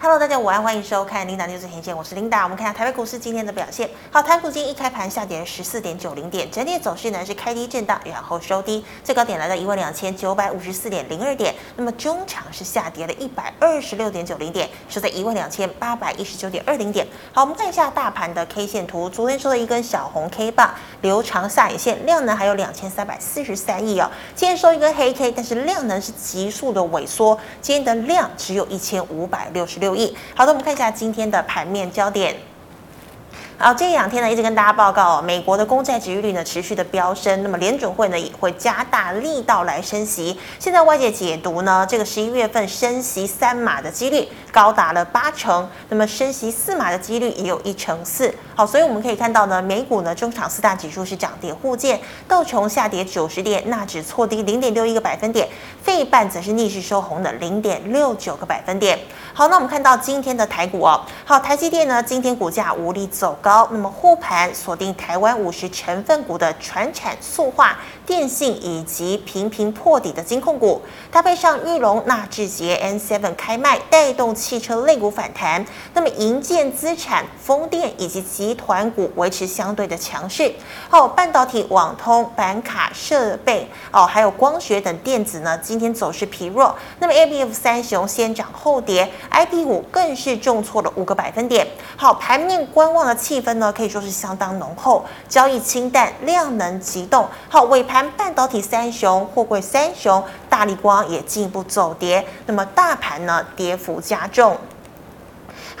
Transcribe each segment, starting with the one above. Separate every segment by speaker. Speaker 1: Hello，大家午安，欢迎收看 Linda News 前线，我是 Linda。我们看一下台北股市今天的表现。好，台北股今天一开盘下跌十四点九零点，整体走势呢是开低震荡，然后收低，最高点来到一万两千九百五十四点零二点。那么中场是下跌了一百二十六点九零点，收在一万两千八百一十九点二零点。好，我们看一下大盘的 K 线图，昨天收了一根小红 K 棒，留长下影线，量能还有两千三百四十三亿哦。今天收一根黑 K，但是量能是急速的萎缩，今天的量只有一千五百六十六亿。好的，我们看一下今天的盘面焦点。好，这两天呢一直跟大家报告、哦，美国的公债值利率呢持续的飙升，那么联准会呢也会加大力道来升息。现在外界解读呢，这个十一月份升息三码的几率高达了八成，那么升息四码的几率也有一成四。好，所以我们可以看到呢，美股呢中场四大指数是涨跌互见，道琼下跌九十点，纳指错低零点六一个百分点，费半则是逆势收红的零点六九个百分点。好，那我们看到今天的台股哦，好，台积电呢今天股价无力走高。那么护盘锁定台湾五十成分股的船产、塑化、电信以及频频破底的金控股，搭配上玉龙、纳智捷、N Seven 开卖，带动汽车类股反弹。那么银建资产、风电以及集团股维持相对的强势。还有哦半导体、网通、板卡设备哦，还有光学等电子呢，今天走势疲弱。那么 A B F 三雄先涨后跌，I P 股更是重挫了五个百分点。好，盘面观望的气氛。分呢可以说是相当浓厚，交易清淡，量能急动。好，尾盘半导体三雄、货柜三雄、大力光也进一步走跌，那么大盘呢跌幅加重。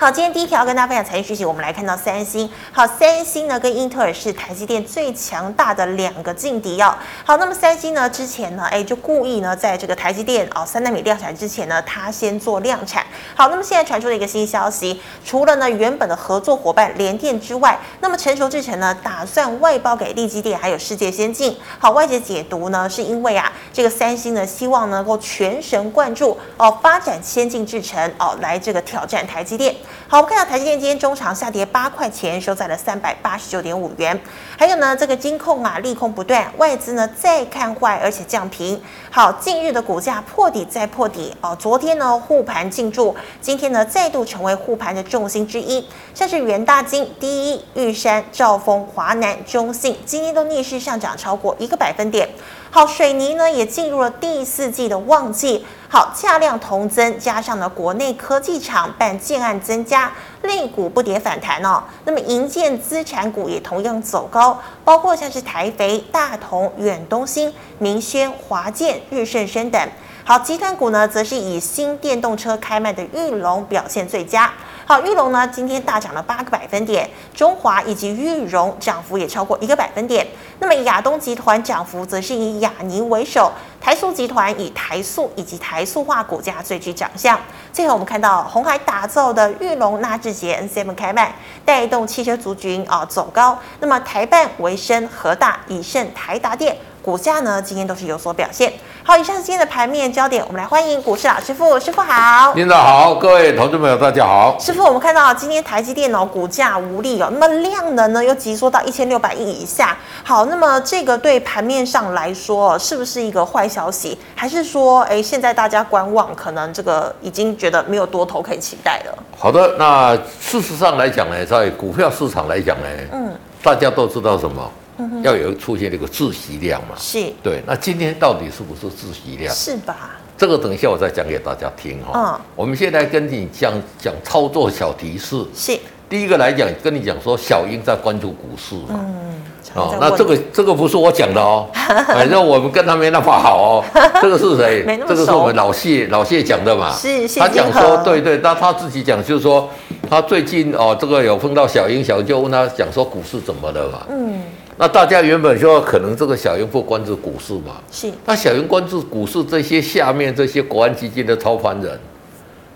Speaker 1: 好，今天第一条跟大家分享财经讯息，我们来看到三星。好，三星呢跟英特尔是台积电最强大的两个劲敌哦。好，那么三星呢之前呢，哎就故意呢在这个台积电哦三纳米量产之前呢，它先做量产。好，那么现在传出了一个新消息，除了呢原本的合作伙伴联电之外，那么成熟制程呢打算外包给力积电还有世界先进。好，外界解读呢是因为啊这个三星呢希望能够全神贯注哦发展先进制程哦来这个挑战台积电。好，我们看到台积电今天中场下跌八块钱，收在了三百八十九点五元。还有呢，这个金控啊，利空不断，外资呢再看坏，而且降平。好，近日的股价破底再破底哦。昨天呢护盘进驻，今天呢再度成为护盘的重心之一。像是元大金、第一、玉山、兆丰、华南、中信，今天都逆势上涨超过一个百分点。好，水泥呢也进入了第四季的旺季。好，价量同增，加上呢国内科技厂办建案增加，类股不跌反弹哦。那么银建资产股也同样走高，包括像是台肥、大同、远东新、明轩、华建、日盛生等。好，集团股呢则是以新电动车开卖的玉龙表现最佳。好，玉龙呢今天大涨了八个百分点，中华以及玉荣涨幅也超过一个百分点。那么亚东集团涨幅则是以亚尼为首，台塑集团以台塑以及台塑化股价最具长相。最后我们看到红海打造的玉龙、纳智捷、NCM 开卖，带动汽车族群啊、呃、走高。那么台办、维生、和大、以盛、台达电股价呢今天都是有所表现。好，以上是今天的盘面焦点，我们来欢迎股市老师傅，师傅好。
Speaker 2: 领导好，各位投资朋友大家好。
Speaker 1: 师傅，我们看到啊今天台积电脑股价无力哦，那么量能呢又急缩到一千六百亿以下。好，那么这个对盘面上来说，是不是一个坏消息？还是说，哎，现在大家观望，可能这个已经觉得没有多头可以期待了？
Speaker 2: 好的，那事实上来讲呢，在股票市场来讲呢，嗯，大家都知道什么？嗯、要有出现这个自习量嘛？
Speaker 1: 是，
Speaker 2: 对。那今天到底是不是自习量？
Speaker 1: 是吧？
Speaker 2: 这个等一下我再讲给大家听哈、哦。嗯，我们现在跟你讲讲操作小提示。
Speaker 1: 是。
Speaker 2: 第一个来讲，跟你讲说小英在关注股市嘛。
Speaker 1: 嗯。
Speaker 2: 哦，那这个这个不是我讲 的哦，反正我们跟他没那么好哦。这个是谁？这个是我们老谢老谢讲的嘛。
Speaker 1: 是谢
Speaker 2: 他讲说，对对，那他自己讲就是说，他最近哦，这个有碰到小英，小英就问他讲说股市怎么了嘛。嗯。那大家原本说可能这个小云不关注股市嘛，
Speaker 1: 是。
Speaker 2: 那小云关注股市这些下面这些国安基金的操盘人，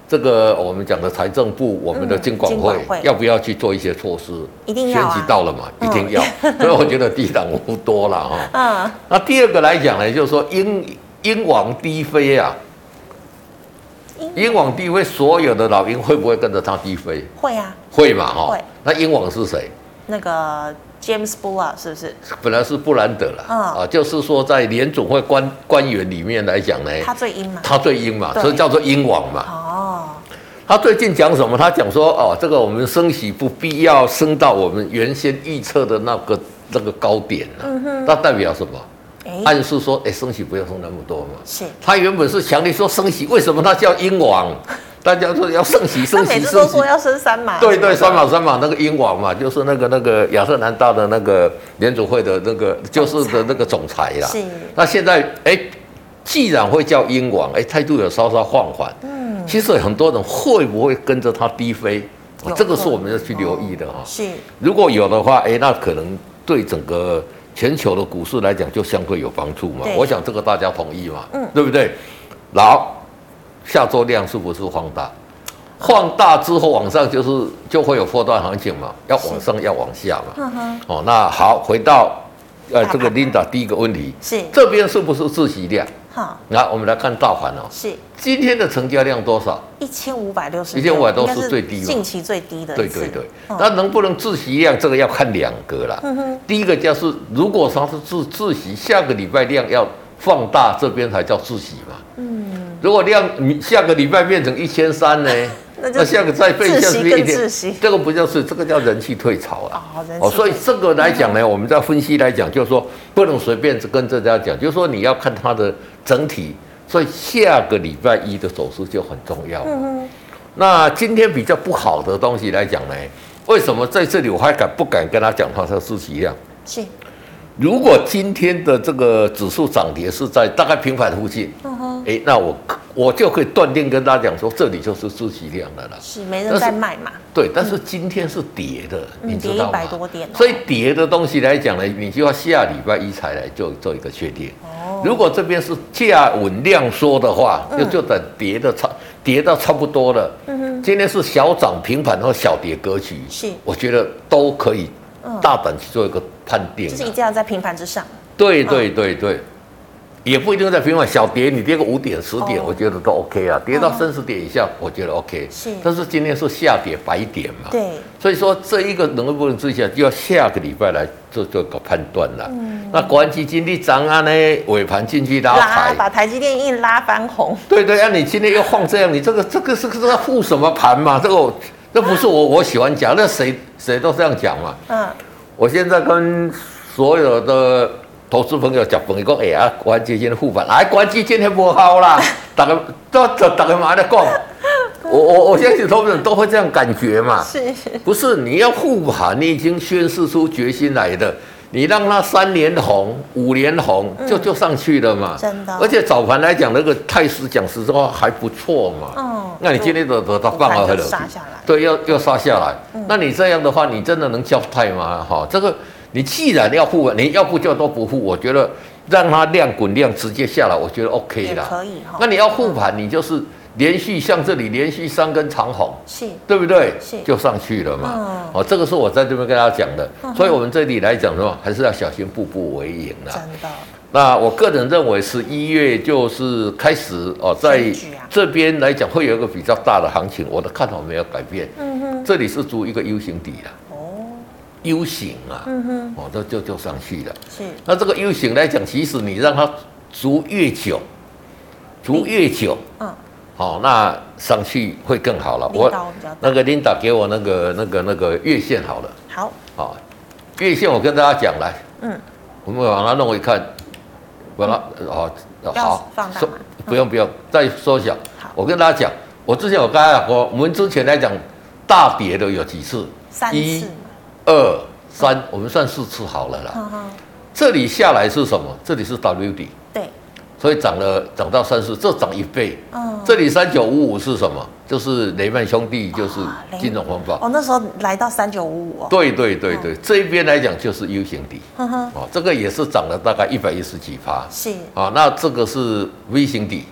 Speaker 2: 这个我们讲的财政部、我们的监管会、嗯、要不要去做一些措施？
Speaker 1: 一定要、啊。
Speaker 2: 选举到了嘛，一定要。 嗯、所以我觉得低档无多了哈。嗯。
Speaker 1: 啊
Speaker 2: 那第二个来讲呢，就是说英英王低飞啊，英王低飞，所有的老鹰会不会跟着他低飞？
Speaker 1: 会啊。
Speaker 2: 会嘛哈。
Speaker 1: 会。
Speaker 2: 那英王是谁？
Speaker 1: 那个。James b u l l 是不是？
Speaker 2: 本来是布兰德
Speaker 1: 嗯
Speaker 2: 啦，哦、啊，就是说在联总会官官员里面来讲呢，
Speaker 1: 他最英嘛，
Speaker 2: 他最英嘛，所以叫做英王嘛。
Speaker 1: 哦，
Speaker 2: 他最近讲什么？他讲说哦，这个我们升息不必要升到我们原先预测的那个那个高点了、
Speaker 1: 嗯
Speaker 2: 那代表什么？
Speaker 1: 哎、
Speaker 2: 暗示说，哎、升息不要升那么多嘛。
Speaker 1: 是
Speaker 2: 他原本是强烈说升息，为什么他叫英王？大家说要升息，
Speaker 1: 他
Speaker 2: 升
Speaker 1: 每
Speaker 2: 息，
Speaker 1: 次
Speaker 2: 升
Speaker 1: 都
Speaker 2: 息
Speaker 1: 说。要升三码，
Speaker 2: 对对，三码三码那个英王嘛，就是那个那个亚特兰大的那个联储会的那个就是的那个总裁啦。
Speaker 1: 是
Speaker 2: 那现在哎，既然会叫英王，哎，态度有稍稍放缓。嗯。其实很多人会不会跟着他低飞
Speaker 1: 有？
Speaker 2: 这个是
Speaker 1: 可能
Speaker 2: 我们要去留意的哈、
Speaker 1: 是
Speaker 2: 如果有的话，哎，那可能对整个全球的股市来讲就相对有帮助嘛
Speaker 1: 对。
Speaker 2: 我想这个大家同意嘛，
Speaker 1: 嗯
Speaker 2: 对不对？然后下周量是不是放大？放大之后往上就是就会有波段行情嘛，要往上要往下嘛。
Speaker 1: 哼嗯哼，
Speaker 2: 哦，那好，回到呃
Speaker 1: 大
Speaker 2: 这个
Speaker 1: 盘
Speaker 2: Linda 第一个问题，
Speaker 1: 是
Speaker 2: 这边是不是自习量？
Speaker 1: 好
Speaker 2: 那我们来看大盘哦，
Speaker 1: 是
Speaker 2: 今天的成交量多少？
Speaker 1: 一千五百六十，
Speaker 2: 1560
Speaker 1: 应该
Speaker 2: 是最低嘛
Speaker 1: 近期最低的一
Speaker 2: 对
Speaker 1: 次，
Speaker 2: 对对，
Speaker 1: 嗯？
Speaker 2: 那能不能自习量这个要看两个啦。第一个就是，如果它是自自习，下个礼拜量要放大，这边才叫自习嘛。嗯，如果量你下个礼拜变成一千三呢
Speaker 1: 那就
Speaker 2: 那下个再
Speaker 1: 自
Speaker 2: 变下
Speaker 1: 习
Speaker 2: 去一
Speaker 1: 更自
Speaker 2: 点
Speaker 1: 习，
Speaker 2: 这个不叫是，这个叫人气退潮啊。
Speaker 1: 哦人气退潮
Speaker 2: 哦，所以这个来讲呢，我们在分析来讲，就是说不能随便跟大家讲，就是说你要看它的整体，所以下个礼拜一的走势就很重要。
Speaker 1: 嗯
Speaker 2: 那今天比较不好的东西来讲呢，为什么在这里我还敢不敢跟他讲它是自习量？
Speaker 1: 哼，是
Speaker 2: 如果今天的这个指数涨跌是在大概平盘附近，
Speaker 1: 嗯哼
Speaker 2: 诶，那我我就可以断定跟大家讲说，这里就是自习量的了啦。
Speaker 1: 是没人在卖嘛，
Speaker 2: 对，但是今天是跌的，
Speaker 1: 嗯
Speaker 2: 你知道吗？
Speaker 1: 跌100多点哦
Speaker 2: 所以跌的东西来讲呢，你就要下礼拜一才来做做一个确定。
Speaker 1: 哦
Speaker 2: 如果这边是价稳量缩的话，
Speaker 1: 嗯
Speaker 2: 就就等跌的差跌到差不多了。今天是小涨平盘或小跌格局，
Speaker 1: 是嗯
Speaker 2: 我觉得都可以大胆去做一个判定
Speaker 1: 就是嗯
Speaker 2: 啊、
Speaker 1: 一定要在平盘之上，
Speaker 2: 对对对对。也不一定在平盘，小跌你跌个五点十点，
Speaker 1: 哦嗯
Speaker 2: 我觉得都 OK 啊。跌到三十点以下，我觉得 OK。
Speaker 1: 是
Speaker 2: 但是今天是下跌百点嘛。
Speaker 1: 对，
Speaker 2: 所以说这一个能不能自下，就要下个礼拜来做做个判断了。那国安基金你涨啊呢，尾盘进去拉
Speaker 1: 拉
Speaker 2: 抬，
Speaker 1: 把台积电一拉翻红，
Speaker 2: 对对啊，你今天又放这样，你这个这个是是在护什么盘嘛？这个我这不是我我喜欢讲，那谁谁都这样讲嘛。
Speaker 1: 嗯，
Speaker 2: 我现在跟所有的投资朋友讲，朋友讲，哎呀，国安基金的护盘，哎，国安基金还不好啦，大家都都大家嘛在讲，我我我相信投资人都会这样感觉嘛。
Speaker 1: 是
Speaker 2: 不是你要护盘，你已经宣示出决心来的，你让它三连红、五连红，就就上去了嘛。
Speaker 1: 嗯真的
Speaker 2: 而且早盘来讲，那个太师讲实话还不错嘛。
Speaker 1: 嗯
Speaker 2: 那你今天的得到放了
Speaker 1: 午
Speaker 2: 回
Speaker 1: 盘
Speaker 2: 来
Speaker 1: 就，杀下来嗯
Speaker 2: 对，要要杀下来。那你这样的话，你真的能交代吗？哈、这个你既然要护，你要不就都不护，我觉得让它量滚量直接下来，我觉得 OK
Speaker 1: 也
Speaker 2: 啦。
Speaker 1: 可以哈
Speaker 2: 那，你要护盘，你就是连续像这里连续三根长红。
Speaker 1: 是
Speaker 2: 对不对
Speaker 1: 是？
Speaker 2: 就上去了嘛。
Speaker 1: 嗯
Speaker 2: 哦，这个是我在这边跟大家讲的，所以我们这里来讲的话，还是要小心步步为营啦。
Speaker 1: 真的，
Speaker 2: 那我个人认为，十一月就是开始哦，在
Speaker 1: 选举啊
Speaker 2: 这边来讲会有一个比较大的行情，我的看法没有改变。
Speaker 1: 嗯哼，
Speaker 2: 这里是足一个 U 型底啦
Speaker 1: 哦，
Speaker 2: ，U 型啊，
Speaker 1: 嗯哼，
Speaker 2: 哦，这就就上去了。
Speaker 1: 是
Speaker 2: 那这个 U 型来讲，其实你让它足越久，足越久，
Speaker 1: 嗯，
Speaker 2: 好、那上去会更好了。
Speaker 1: 力
Speaker 2: 我
Speaker 1: 道比较大
Speaker 2: 那个 Linda 给我那个那个那个月线好了，
Speaker 1: 好，
Speaker 2: 啊、月线我跟大家讲来，
Speaker 1: 嗯，
Speaker 2: 我们往它弄一看，把它哦
Speaker 1: 要
Speaker 2: 好
Speaker 1: 放大
Speaker 2: 缩
Speaker 1: 吗嗯
Speaker 2: 不用不用，再缩小
Speaker 1: 好。
Speaker 2: 我跟大家讲，我之前我刚才讲过，我们之前来讲大跌的有几次，
Speaker 1: 三次
Speaker 2: 一
Speaker 1: 嘛，
Speaker 2: 二三，我们算四次好了啦。
Speaker 1: 嗯哼，
Speaker 2: 这里下来是什么？这里是 W 底，
Speaker 1: 对，
Speaker 2: 所以涨了涨到三十，这涨一倍。
Speaker 1: 嗯，
Speaker 2: 这里三九五五是什么？就是雷曼兄弟，就是金融风暴。
Speaker 1: 哦，那时候来到三九五五哦，
Speaker 2: 对对对对，这边来讲就是 U 型底，
Speaker 1: 哼哼，
Speaker 2: 哦，这个也是涨了大概一百一十几趴，
Speaker 1: 是
Speaker 2: 啊，那这个是 V 型底，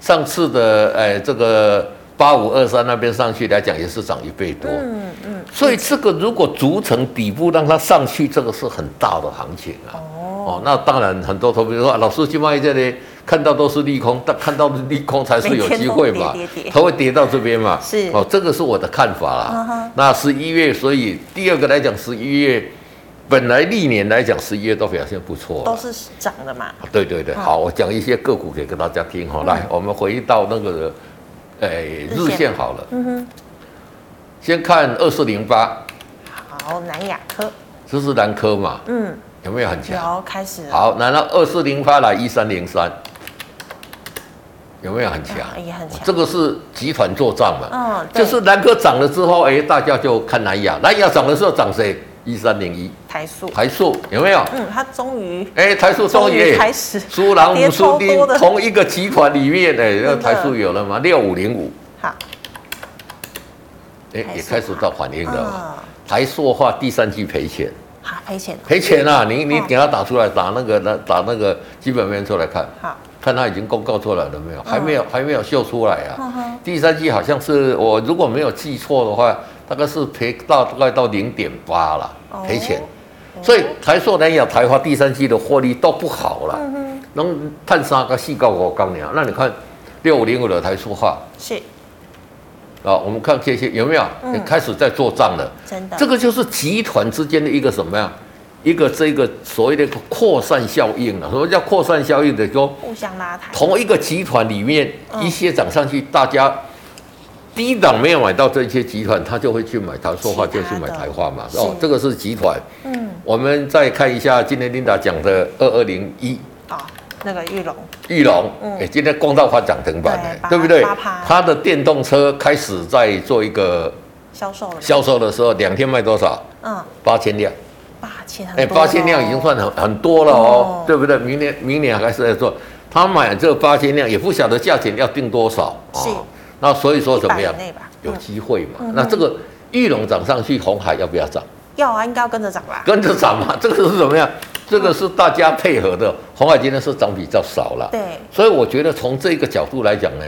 Speaker 2: 上次的呃这个八五二三那边上去来讲也是涨一倍多，
Speaker 1: 嗯嗯，
Speaker 2: 所以这个如果逐层底部让它上去，这个是很大的行情啊。哦，那当然很多投资者说，啊老师去贸易这里看到都是利空， 但看到利空才是有机会
Speaker 1: 每天都
Speaker 2: 嘛
Speaker 1: 跌跌跌，
Speaker 2: 它会跌到这边嘛。
Speaker 1: 是
Speaker 2: 哦，这个是我的看法
Speaker 1: 嗯
Speaker 2: 啦
Speaker 1: 哼。
Speaker 2: 那十一月，所以第二个来讲，十一月本来历年来讲，十一月都表现不错啦。
Speaker 1: 都是涨
Speaker 2: 哦
Speaker 1: 的嘛，
Speaker 2: 对对对，好，我讲一些个股给给大家听哈。来，我们回到那个，呃、哎日
Speaker 1: 嗯线
Speaker 2: 线好了，
Speaker 1: 嗯哼，
Speaker 2: 先看二四零八，
Speaker 1: 好，南亚科，
Speaker 2: 这是南科嘛，
Speaker 1: 嗯，
Speaker 2: 有没有很强？
Speaker 1: 有开始了，
Speaker 2: 好，然后二四零八来一三零三，有没有很强？哦
Speaker 1: 啊也很强
Speaker 2: 这个是集团做账嘛，
Speaker 1: 嗯，对
Speaker 2: 就是南科涨了之后，哎，大家就看南亚，南亚涨的时候涨谁？一三零一，
Speaker 1: 台塑，
Speaker 2: 台塑有没有？
Speaker 1: 嗯，它终于
Speaker 2: 哎，台塑终于
Speaker 1: 开始，
Speaker 2: 苏朗
Speaker 1: 跌
Speaker 2: 姆
Speaker 1: 超
Speaker 2: 苏
Speaker 1: 多
Speaker 2: 丁
Speaker 1: 的
Speaker 2: 同一个集团里面，哎，那
Speaker 1: 真的
Speaker 2: 台塑有了吗？六五零五，
Speaker 1: 好，台，
Speaker 2: 哎
Speaker 1: 塑
Speaker 2: 也开始到反应了嘛。
Speaker 1: 嗯，
Speaker 2: 台塑化第三季赔钱，
Speaker 1: 好赔钱，
Speaker 2: 赔钱啊！你你
Speaker 1: 嗯
Speaker 2: 给他打出来，打那个那打那个基本面出来看，
Speaker 1: 好，
Speaker 2: 看他已经公告出来了没有？还没有，还没有秀出来啊。
Speaker 1: 嗯哼，
Speaker 2: 第三季好像是我如果没有记错的话，大概是赔到大概到零点八了
Speaker 1: 哦，
Speaker 2: 赔钱。
Speaker 1: 哦
Speaker 2: 所以台塑、南亚、台华第三季的获利都不好了，
Speaker 1: 嗯哼，
Speaker 2: 能探三个细告我刚娘。那你看六五零五的台塑化
Speaker 1: 是
Speaker 2: 啊，我们看这些有没有、
Speaker 1: 嗯
Speaker 2: 也开始在做账了？
Speaker 1: 真的，
Speaker 2: 这
Speaker 1: 个
Speaker 2: 个就是集团之间的一个什么呀？一个这个所谓的扩散效应了、啊。什么叫扩散效应的？就
Speaker 1: 互相拉抬，
Speaker 2: 同一个集团里面
Speaker 1: 嗯
Speaker 2: 一些涨上去，大家低档没有买到这些集团，他就会去买台塑化，
Speaker 1: 其
Speaker 2: 就
Speaker 1: 他
Speaker 2: 去
Speaker 1: 的
Speaker 2: 买台化嘛。
Speaker 1: 是
Speaker 2: 哦，这个是集团。
Speaker 1: 嗯，
Speaker 2: 我们再看一下今天琳达讲的二二零一
Speaker 1: 好，哦那个玉龙，
Speaker 2: 玉龙，哎、
Speaker 1: 嗯
Speaker 2: 今天光道发涨停板
Speaker 1: 对
Speaker 2: 哎
Speaker 1: 八
Speaker 2: 对不对
Speaker 1: 八趴？
Speaker 2: 它的电动车开始在做一个
Speaker 1: 销售了，
Speaker 2: 销，售的时候，两天卖多少？
Speaker 1: 嗯，
Speaker 2: 八千辆，
Speaker 1: 八千，
Speaker 2: 哎、八千辆已经，算很很多了哦，
Speaker 1: 哦
Speaker 2: 对不对？明年明年还是在做，他买这八千辆也不晓得价钱要定多少
Speaker 1: 是
Speaker 2: 哦。那所以说怎么样
Speaker 1: 100以？内吧，
Speaker 2: 有
Speaker 1: 嗯
Speaker 2: 机会嘛？
Speaker 1: 嗯哼
Speaker 2: 那这个玉龙涨上去，红海要不要涨？
Speaker 1: 要啊，应该要跟着涨吧，
Speaker 2: 跟着涨嘛，这个是怎么样？这个是大家配合的。红海今天是涨比较少了，
Speaker 1: 对，
Speaker 2: 所以我觉得从这个角度来讲呢，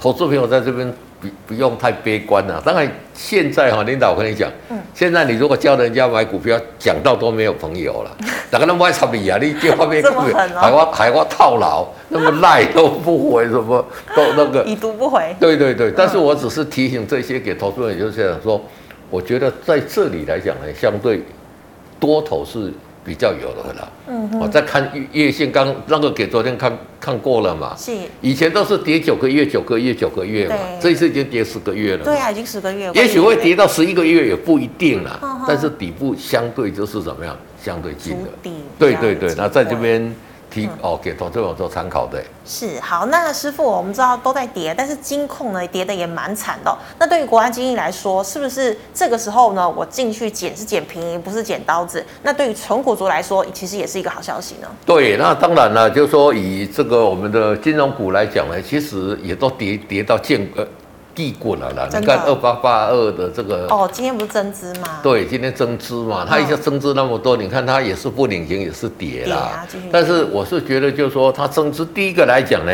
Speaker 2: 投资朋友在这边不不用太悲观了、当然，现在哈、领导我跟你讲，
Speaker 1: 嗯
Speaker 2: 现在你如果叫人家买股票，讲到都没有朋 友了，哪个那么爱炒你啊？你电话被
Speaker 1: 这么狠哦
Speaker 2: 海外海外套牢，那么赖都不回，什么都那 个
Speaker 1: 已读不回，
Speaker 2: 对对对，但是我只是提醒这些给投资人，就是想说，我觉得在这里来讲呢，相对多头是比较有的了。
Speaker 1: 嗯
Speaker 2: 我、
Speaker 1: 哼，
Speaker 2: 再看月线，刚那个给昨天看看过了嘛，
Speaker 1: 是，
Speaker 2: 以前都是跌九个月、九个月、九个月嘛
Speaker 1: 对，
Speaker 2: 这一次已经跌十个月了。
Speaker 1: 对啊，已经十个月，
Speaker 2: 也许会跌到十一个月也不一定啦
Speaker 1: 嗯哼，
Speaker 2: 但是底部相对就是怎么样，相对近
Speaker 1: 筑
Speaker 2: 的。
Speaker 1: 底，
Speaker 2: 对对对，那在这
Speaker 1: 边。
Speaker 2: 边提哦，给投资者做参考的。
Speaker 1: 是好，那师傅，我们知道都在跌，但是金控呢跌的也蛮惨的哦、那对于国安基金来说，是不是这个时候呢，我进去捡是捡便宜，不是捡刀子？那对于纯股族来说，其实也是一个好消息呢。
Speaker 2: 对，那当然了，就是说以这个我们的金融股来讲呢，其实也都跌跌到见呃地滚了啦。
Speaker 1: 真
Speaker 2: 你
Speaker 1: 的
Speaker 2: 看二八八二的这个，
Speaker 1: 哦，今天不是增资吗？，
Speaker 2: 对，今天增资嘛，
Speaker 1: 嗯
Speaker 2: 它一下增资那么多，你看它也是不领情，也是跌
Speaker 1: 跌
Speaker 2: 啦。
Speaker 1: 啊继续跌
Speaker 2: 但是我是觉得，就是说它增资，第一个来讲呢，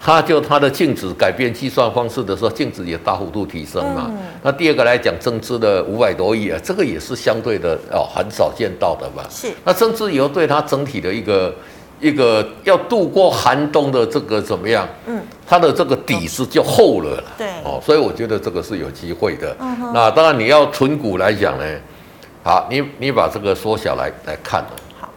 Speaker 2: 它就它的净值改变计算方式的时候，净值也大幅度提升嘛。
Speaker 1: 嗯
Speaker 2: 那第二个来讲，增资的五百多亿啊，这个也是相对的哦，很少见到的嘛。
Speaker 1: 是
Speaker 2: 那增资以后对它整体的一个一个要度过寒冬的这个怎么样？
Speaker 1: 嗯，
Speaker 2: 它的这个底子就厚了啦。
Speaker 1: 对
Speaker 2: 哦，所以我觉得这个是有机会的。
Speaker 1: 嗯哼
Speaker 2: 那当然你要存股来讲呢，好，你你把这个缩小来来看哦。
Speaker 1: 好，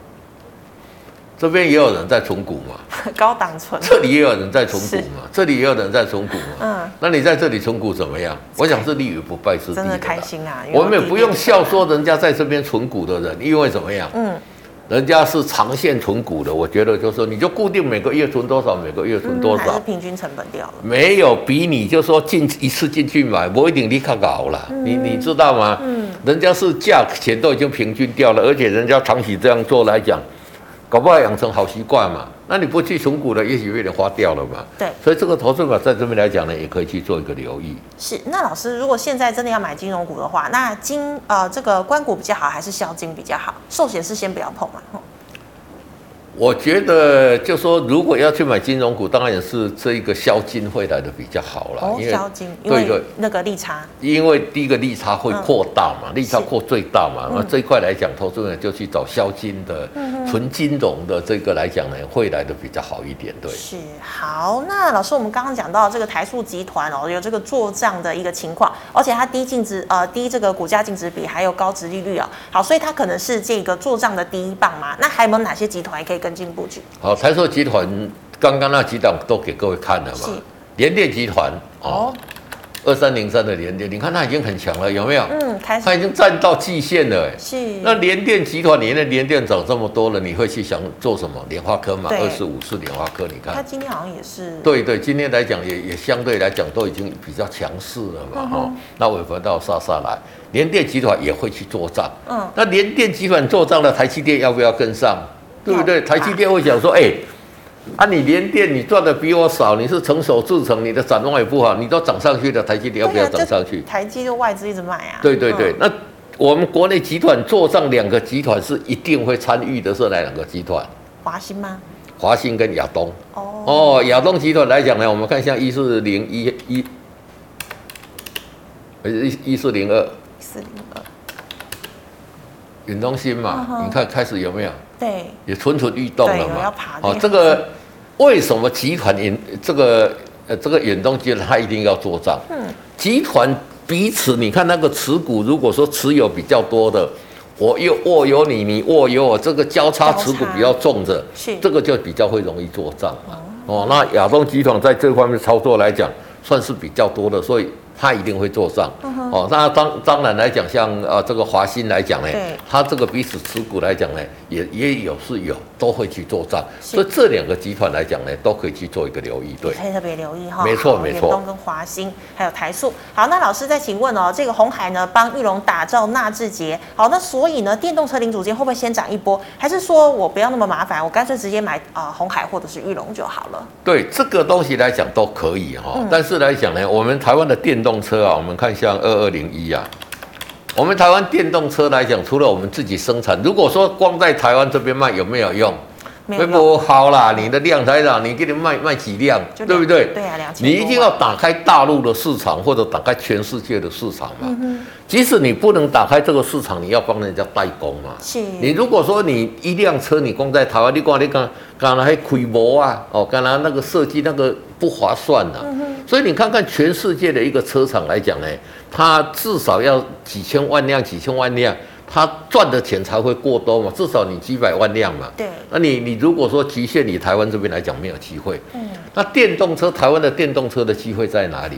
Speaker 2: 这边也有人在存股 嘛，
Speaker 1: 高档存，
Speaker 2: 这里也有人在存股
Speaker 1: 是
Speaker 2: 嘛，这里也有人在存股嘛。
Speaker 1: 嗯，
Speaker 2: 那你在这里存股怎么样？我想是立于不败之地
Speaker 1: 真
Speaker 2: 啦
Speaker 1: 的开。心啊！因为
Speaker 2: 我们也不用
Speaker 1: 第一
Speaker 2: 笑说人家在这边存股的人，因为怎么样？
Speaker 1: 嗯，
Speaker 2: 人家是长线存股的，我觉得就是说你就固定每个月存多少，每个月
Speaker 1: 嗯
Speaker 2: 存多
Speaker 1: 还
Speaker 2: 少，
Speaker 1: 是平均成本掉了，
Speaker 2: 没有比你就说进一次进去买，不一定立刻搞了，你你知道吗？
Speaker 1: 嗯，
Speaker 2: 人家是价钱都已经平均掉了，而且人家长期这样做来讲，搞不好养成好习惯嘛。那你不去存股了，也许有点花掉了嘛。
Speaker 1: 对。
Speaker 2: 所以这个投资法在这边来讲呢，也可以去做一个留意。
Speaker 1: 是，那老师，如果现在真的要买金融股的话，那金呃这个关股比较好，还是消金比较好？寿险是先不要碰嘛。
Speaker 2: 哦
Speaker 1: 吼
Speaker 2: 我觉得就说如果要去买金融股，当然也是这一个消金会来的比较好啦，
Speaker 1: 哦，
Speaker 2: 因为
Speaker 1: 消金，因
Speaker 2: 对
Speaker 1: 为
Speaker 2: 对
Speaker 1: 那个利差，
Speaker 2: 因为第一个利差会扩大嘛，利差扩最大嘛，
Speaker 1: 嗯
Speaker 2: 那这一块来讲，投资人就去找销金的、纯金融的这个来讲呢，会来的比较好一点，对。
Speaker 1: 是好。那老师，我们刚刚讲到这个台塑集团哦，有这个做账的一个情况，而且它低净值呃低这个股价净值比，还有高值利率哦，好，所以它可能是这个做账的第一棒嘛。那还有没有哪些集团可以跟进布局？
Speaker 2: 好，台塑集团刚刚那几档都给各位看了嘛
Speaker 1: 是，
Speaker 2: 联电集团
Speaker 1: 哦，，
Speaker 2: 哦二三零三的联电，你看它已经很强了，有没有？
Speaker 1: 嗯，开
Speaker 2: 它
Speaker 1: 始
Speaker 2: 已经站到极限了，哎。
Speaker 1: 是
Speaker 2: 那联电集团里面的联电涨这么多了，你会去想做什么？联发科嘛，
Speaker 1: 对
Speaker 2: 二十五是联发科，你
Speaker 1: 它
Speaker 2: 看，
Speaker 1: 今天好像也是
Speaker 2: 对对，今天来讲也也相对来讲都已经比较强势了嘛，
Speaker 1: 嗯
Speaker 2: 哈、那尾盘到杀下来，联电集团也会去做账，
Speaker 1: 嗯，
Speaker 2: 那联电集团做账了，台积电要不要跟上？对不对？
Speaker 1: 要
Speaker 2: 台积电会想说，哎、啊，你联电你赚的比我少，你是成手制成，你的展望也不好，你都涨上去了，台积电要不要
Speaker 1: 对啊
Speaker 2: 涨上去？
Speaker 1: 就台积就外资一直买啊，
Speaker 2: 对对对，
Speaker 1: 嗯，
Speaker 2: 那我们国内集团做账两个集团是一定会参与的，是哪两个集团？
Speaker 1: 华兴吗？
Speaker 2: 华兴跟亚东。
Speaker 1: 哦，
Speaker 2: 哦，亚东集团来讲呢，我们看像一四零一一，呃一一四零二
Speaker 1: 四零二，
Speaker 2: 远东新嘛
Speaker 1: 嗯，哼
Speaker 2: 你看开始有没有
Speaker 1: 对，
Speaker 2: 也蠢蠢欲动了
Speaker 1: 对有
Speaker 2: 嘛
Speaker 1: 要爬？
Speaker 2: 哦
Speaker 1: 那，个
Speaker 2: 这个为什么集团远这个呃这个远东集团它一定要做账？
Speaker 1: 嗯，
Speaker 2: 集团彼此，你看那个持股，如果说持有比较多的，我又握有你，你握有我，这个交叉持股比较重的，
Speaker 1: 是
Speaker 2: 这个就比较会容易做账嘛。哦，那亚东集团在这方面操作来讲，算是比较多的，所以它一定会做账。
Speaker 1: 嗯
Speaker 2: 哦，那当当然来讲，像呃这个华兴来讲呢
Speaker 1: 对，
Speaker 2: 它这个彼此持股来讲呢，也也有是有都会去做账，
Speaker 1: 是
Speaker 2: 所以这两个集团来讲呢，都可以去做一个留意。对，
Speaker 1: 可以特别留意哈。
Speaker 2: 没错
Speaker 1: 好
Speaker 2: 没错
Speaker 1: 远东跟华兴还有台塑。好，那老师再请问哦，这个红海呢帮玉龙打造纳智捷，好，那所以呢，电动车零组件会不会先涨一波？还是说我不要那么麻烦，我干脆直接买啊、呃红海或者是玉龙就好了？
Speaker 2: 对这个东西来讲都可以哈、但是来讲呢，我们台湾的电动车啊，我们看像二二零一啊，我们台湾电动车来讲，除了我们自己生产，如果说光在台湾这边卖有没有用？
Speaker 1: 没有
Speaker 2: 会
Speaker 1: 用，
Speaker 2: 不好啦，你的量才少，你给你卖卖几辆，
Speaker 1: 就
Speaker 2: 对不
Speaker 1: 两
Speaker 2: 对？
Speaker 1: 对啊，两千。
Speaker 2: 你一定要打开大陆的市场，或者打开全世界的市场嘛。即使你不能打开这个市场，你要帮人家代工嘛。
Speaker 1: 是
Speaker 2: 你如果说你一辆车你光在台湾，你光你刚刚才规模啊，哦，刚才那个设计那个不划算呐、所以你看看全世界的一个车厂来讲呢，它至少要几千万辆、几千万辆，它赚的钱才会过多嘛，至少你几百万辆嘛。
Speaker 1: 对，
Speaker 2: 那你你如果说局限你台湾这边来讲没有机会，
Speaker 1: 嗯，
Speaker 2: 那电动车台湾的电动车的机会在哪里？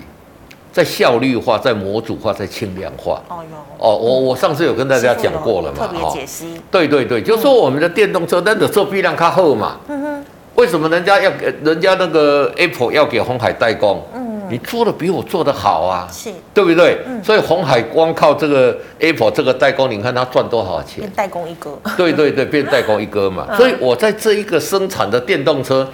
Speaker 2: 在效率化、在模组化、在轻量化。
Speaker 1: 哦哟，
Speaker 2: 哦，我我上次有跟大家讲过了嘛，哦
Speaker 1: 特别解析，
Speaker 2: 对对对，就说我们的电动车真的做批量靠后嘛。
Speaker 1: 嗯哼，
Speaker 2: 为什么人家要给人家那个 Apple 要给红海代工？嗯，你做的比我做的好啊，
Speaker 1: 是嗯
Speaker 2: 对不对？所以红海光靠这个 Apple 这个代工，你看他赚多少钱
Speaker 1: 变？代工一哥，
Speaker 2: 对对对，变代工一哥
Speaker 1: 嗯
Speaker 2: 嘛。所以我在这一个生产的电动车，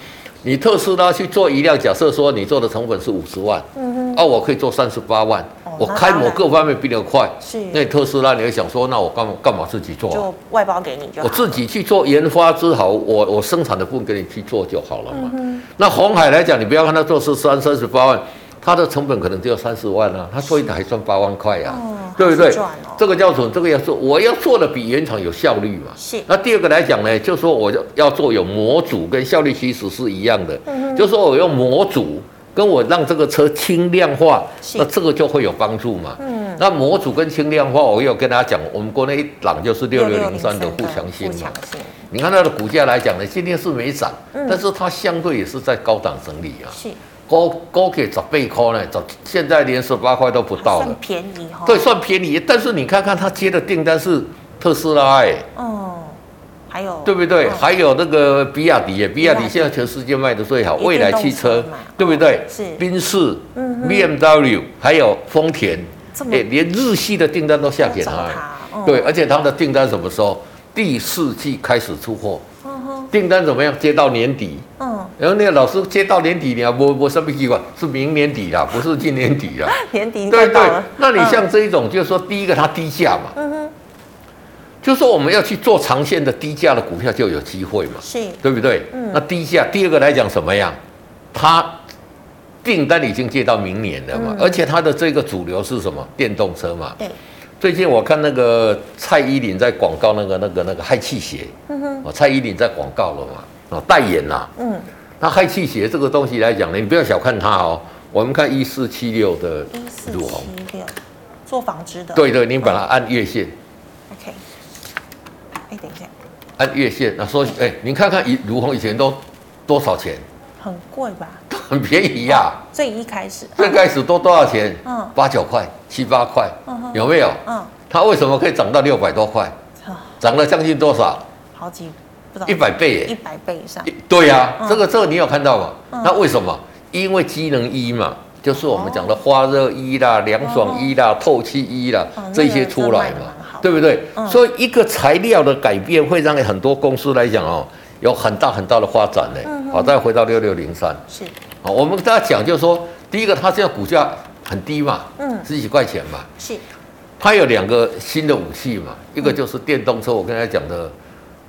Speaker 2: 你特斯拉去做一辆，假设说你做的成本是五十万，
Speaker 1: 嗯
Speaker 2: 啊，我可以做三十八万
Speaker 1: 哦，
Speaker 2: 我
Speaker 1: 那
Speaker 2: 开
Speaker 1: 当
Speaker 2: 某
Speaker 1: 然
Speaker 2: 各方面比你快。
Speaker 1: 是
Speaker 2: 那特斯拉你会想说，那我干嘛干嘛自己做
Speaker 1: 哼，
Speaker 2: 啊、
Speaker 1: 就外包给你就好。
Speaker 2: 我哦自己去做研发之好，我我生产的部分给你去做就好了
Speaker 1: 嗯
Speaker 2: 嘛。那红海来讲，你不要看它做是三三十八万，它的成本可能只有三十万啊，它做一台还赚八万块呀、
Speaker 1: 哦
Speaker 2: 对不对
Speaker 1: 还是赚哦？
Speaker 2: 这个叫什么？这个要做，我要做的比原厂有效率嘛。
Speaker 1: 是
Speaker 2: 那第二个来讲呢，就说我要要做有模组跟效率其实是一样的，
Speaker 1: 嗯
Speaker 2: 就说我用模组。跟我让这个车轻量化，
Speaker 1: 是
Speaker 2: 那这个就会有帮助嘛。
Speaker 1: 嗯，
Speaker 2: 那模组跟轻量化，我有跟大家讲，我们国内一档就是六六零三的互强性啊
Speaker 1: 互
Speaker 2: 嘛
Speaker 1: 强。性
Speaker 2: 你看它的股价来讲呢，今天是没涨，
Speaker 1: 嗯
Speaker 2: 但是它相对也是在高档整理啊，
Speaker 1: 是
Speaker 2: 高高给十倍高呢，早现在连十八块都不到
Speaker 1: 算啊
Speaker 2: 了，
Speaker 1: 便宜哈。
Speaker 2: 对，，算便宜。但是你看看它接的订单是特斯拉哎、
Speaker 1: 嗯，还有
Speaker 2: 对不对？
Speaker 1: 嗯
Speaker 2: 还哎有那个比亚迪耶，比亚
Speaker 1: 比亚
Speaker 2: 迪
Speaker 1: 迪
Speaker 2: 现在全世界卖的最好，
Speaker 1: 一定
Speaker 2: 蔚来汽
Speaker 1: 动
Speaker 2: 车
Speaker 1: 车嘛，哦
Speaker 2: 对不对？
Speaker 1: 是嗯
Speaker 2: 宾士、BMW，还有丰田
Speaker 1: 这，么
Speaker 2: 哎，连日系的订单都下给他
Speaker 1: 嗯都找
Speaker 2: 哎
Speaker 1: 他嗯。
Speaker 2: 对，而且他的订单什么时候？第四季开始出货，
Speaker 1: 嗯哼，
Speaker 2: 订单怎么样？接到年底。
Speaker 1: 嗯，
Speaker 2: 然后那个老师接到年底，你要不不什么计划？是明年 底啦，不是今年底啦。
Speaker 1: 年底
Speaker 2: 对
Speaker 1: 快到
Speaker 2: 对
Speaker 1: 了，，
Speaker 2: 那你像这一种，就是说第一个它低价嘛，
Speaker 1: 嗯哼，
Speaker 2: 就说我们要去做长线的低价的股票就有机会嘛。
Speaker 1: 是
Speaker 2: 对不对？
Speaker 1: 嗯
Speaker 2: 那低价，第二个来讲什么呀？它订单已经接到明年了嘛，
Speaker 1: 嗯
Speaker 2: 而且它的这个主流是什么？电动车嘛。
Speaker 1: 对，
Speaker 2: 最近我看那个蔡依林在广告那个那个那个氦气鞋，
Speaker 1: 嗯哼，
Speaker 2: 哦，蔡依林在广告了嘛，哦，代言啦、
Speaker 1: 嗯，
Speaker 2: 那氦气鞋这个东西来讲呢，你不要小看它哦。我们看一四七六的
Speaker 1: 一四
Speaker 2: 乳红，
Speaker 1: 七六做纺织的，
Speaker 2: 对对，你把它按月线，
Speaker 1: ，OK。哎，等一下，
Speaker 2: 按月线，那说，哎，你看看以乳红以前都多少钱？
Speaker 1: 很贵吧？
Speaker 2: 很便宜呀、
Speaker 1: 最一开始，
Speaker 2: 最开始都多少钱？
Speaker 1: 哦嗯
Speaker 2: 八九块、七八块
Speaker 1: 嗯哼，
Speaker 2: 有没有？
Speaker 1: 嗯，
Speaker 2: 它为什么可以涨到六百多块？
Speaker 1: 啊
Speaker 2: 涨了将近多少？
Speaker 1: 好几不知道
Speaker 2: 一百倍
Speaker 1: 一
Speaker 2: 耶！
Speaker 1: 百倍以上，
Speaker 2: 一对呀、
Speaker 1: 嗯
Speaker 2: 这个这个你有看到吗？
Speaker 1: 嗯
Speaker 2: 那为什么？因为机能衣嘛，就是我们讲的发热衣啦、凉爽衣啦、透气衣啦
Speaker 1: 哦，
Speaker 2: 这些出
Speaker 1: 那个
Speaker 2: 来
Speaker 1: 真的
Speaker 2: 嘛
Speaker 1: 蛮好，
Speaker 2: 对不对
Speaker 1: 嗯？
Speaker 2: 所以一个材料的改变会让很多公司来讲哦，有很大很大的发展呢
Speaker 1: 嗯嗯。
Speaker 2: 好，再回到六六零三。
Speaker 1: 是，
Speaker 2: 好，我们跟大家讲就是说，第一个它现在股价很低嘛，
Speaker 1: 嗯
Speaker 2: 十几块钱嘛，
Speaker 1: 是，
Speaker 2: 它有两个新的武器嘛，一
Speaker 1: 嗯
Speaker 2: 个就是电动车，我跟大家讲的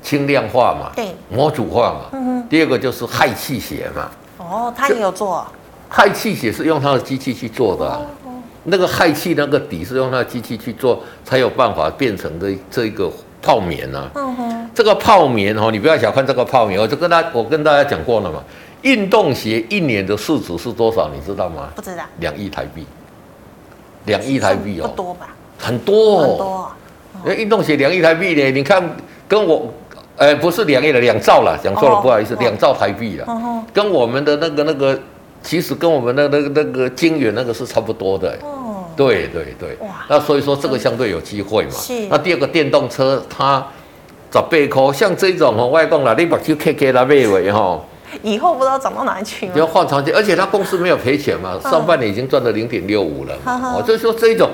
Speaker 2: 轻量化嘛，
Speaker 1: 对
Speaker 2: 模组化嘛，
Speaker 1: 嗯哼，
Speaker 2: 第二个就是氦气血嘛，
Speaker 1: 哦，他也有做，
Speaker 2: 氦气血是用它的机器去做的、啊，
Speaker 1: 哦
Speaker 2: 那个氦气那个底是用它的机器去做，才有办法变成的这一个泡棉啊。
Speaker 1: 嗯哼，
Speaker 2: 这个泡棉哦，你不要小看这个泡棉，我就跟大我跟大家讲过了嘛，运动鞋一年的市值是多少，你知道吗？
Speaker 1: 不知道，
Speaker 2: 两亿台币，两亿台币
Speaker 1: 不
Speaker 2: 哦，
Speaker 1: 多吧？
Speaker 2: 很多、哦，
Speaker 1: 很多，啊
Speaker 2: 因为运动鞋两亿台币呢，你看跟我，呃，不是两亿了，两兆了，讲错
Speaker 1: 哦
Speaker 2: 了，不好意思，
Speaker 1: 哦
Speaker 2: 两兆台币了，
Speaker 1: 嗯哼，
Speaker 2: 跟我们的那个那个，其实跟我们的那个那个金元那个是差不多的。
Speaker 1: 哦，
Speaker 2: 对对对
Speaker 1: 哇，
Speaker 2: 那所以说这个相对有机会嘛。
Speaker 1: 是
Speaker 2: 那第二个电动车，它十八块，像这种哦，外公啦，你目睭开开啦，买位哈，
Speaker 1: 以后不知道涨到哪里去
Speaker 2: 你
Speaker 1: 了，
Speaker 2: 要换长期，而且它公司没有赔钱嘛，
Speaker 1: 嗯
Speaker 2: 上半年已经赚了零点六五了
Speaker 1: 哈哈
Speaker 2: 嘛。哦，就是说这种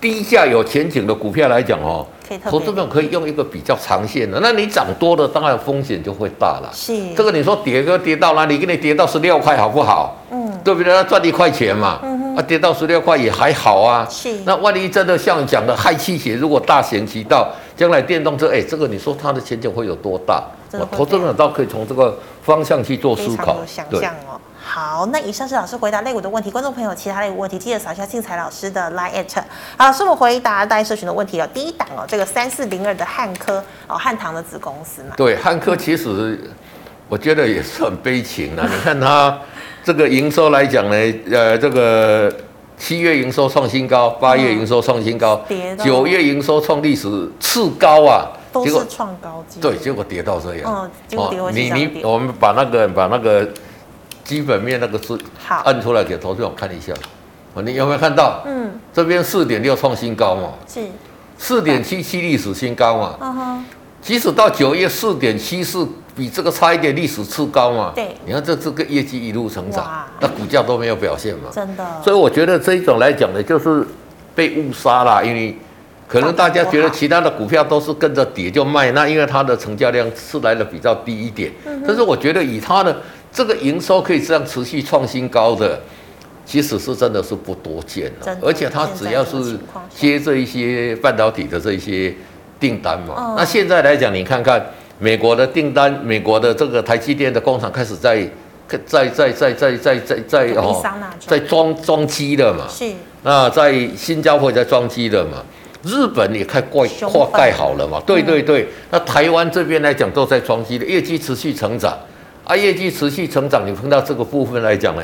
Speaker 2: 低价有前景的股票来讲哦，
Speaker 1: 可以特
Speaker 2: 投资
Speaker 1: 别，
Speaker 2: 者可以用一个比较长线的，那你涨多了，当然风险就会大了。
Speaker 1: 是
Speaker 2: 这个你说跌个跌到哪里？给你跌到十六块好不好？
Speaker 1: 嗯，
Speaker 2: 对不对？那赚一块钱嘛，
Speaker 1: 嗯哼
Speaker 2: 啊，跌到十六块也还好啊。
Speaker 1: 是，
Speaker 2: 那万一真的像你讲的氦气血，如果大行其道，将来电动车，哎，这个你说它的前景会有多大？
Speaker 1: 真的会
Speaker 2: 投资者倒可以从这个方向去做
Speaker 1: 非
Speaker 2: 思
Speaker 1: 常
Speaker 2: 考
Speaker 1: 有。想
Speaker 2: 对，
Speaker 1: 象哦。好，那以上是老师回答类股的问题，观众朋友其他类股问题记得扫一下静彩老师的 line at。好，老师我们回答大家社群的问题了。第一档哦，这个三四零二的汉科哦，汉唐的子公司嘛，
Speaker 2: 对，汉科其实我觉得也是很悲情的、你看它这个营收来讲呢，呃，这个七月营收创新高，八月营收创新高
Speaker 1: 嗯跌，到
Speaker 2: 九、月营收创历史次高啊，
Speaker 1: 都
Speaker 2: 结果
Speaker 1: 是创高基，
Speaker 2: 对，结果跌到这样。哦
Speaker 1: 嗯结果跌回去
Speaker 2: 你
Speaker 1: 这样
Speaker 2: 你
Speaker 1: 跌
Speaker 2: 我们把那个把那个基本面那个字
Speaker 1: 好
Speaker 2: 按出来给投资者看一下。哦，你有没有看到
Speaker 1: 嗯，
Speaker 2: 这边四点六创新高嘛？
Speaker 1: 是，
Speaker 2: 四点七七历史新高嘛？
Speaker 1: 嗯哼，
Speaker 2: 即使到九月四点七四，比这个差一点历史次高嘛。
Speaker 1: 对
Speaker 2: 你看这这个业绩一路成长
Speaker 1: 哇，
Speaker 2: 那股价都没有表现嘛。
Speaker 1: 真的，
Speaker 2: 所以我觉得这一种来讲呢，就是被误杀啦，因为可能大家觉得其他的股票都是跟着跌就卖，那因为它的成交量是来的比较低一点，
Speaker 1: 嗯
Speaker 2: 但是我觉得以它的这个营收可以这样持续创新高的。其实是真的是不多见了、
Speaker 1: 真的
Speaker 2: 而且它只要
Speaker 1: 现在这个
Speaker 2: 是
Speaker 1: 情况下
Speaker 2: 接这一些半导体的这一些订单嘛，
Speaker 1: 嗯
Speaker 2: 那现在来讲，你看看美国的订单，美国的这个台积电的工厂开始在在在在在在在在
Speaker 1: 以
Speaker 2: 哦
Speaker 1: 桑那州
Speaker 2: 在装装机了嘛，
Speaker 1: 是
Speaker 2: 那在新加坡也在装机了嘛，日本也开盖
Speaker 1: 熊
Speaker 2: 扩
Speaker 1: 本
Speaker 2: 盖好了
Speaker 1: 嗯
Speaker 2: 嘛，对对对，那台湾这边来讲都在装机的，业绩持续成长，啊，业绩持续成长，你碰到这个部分来讲呢，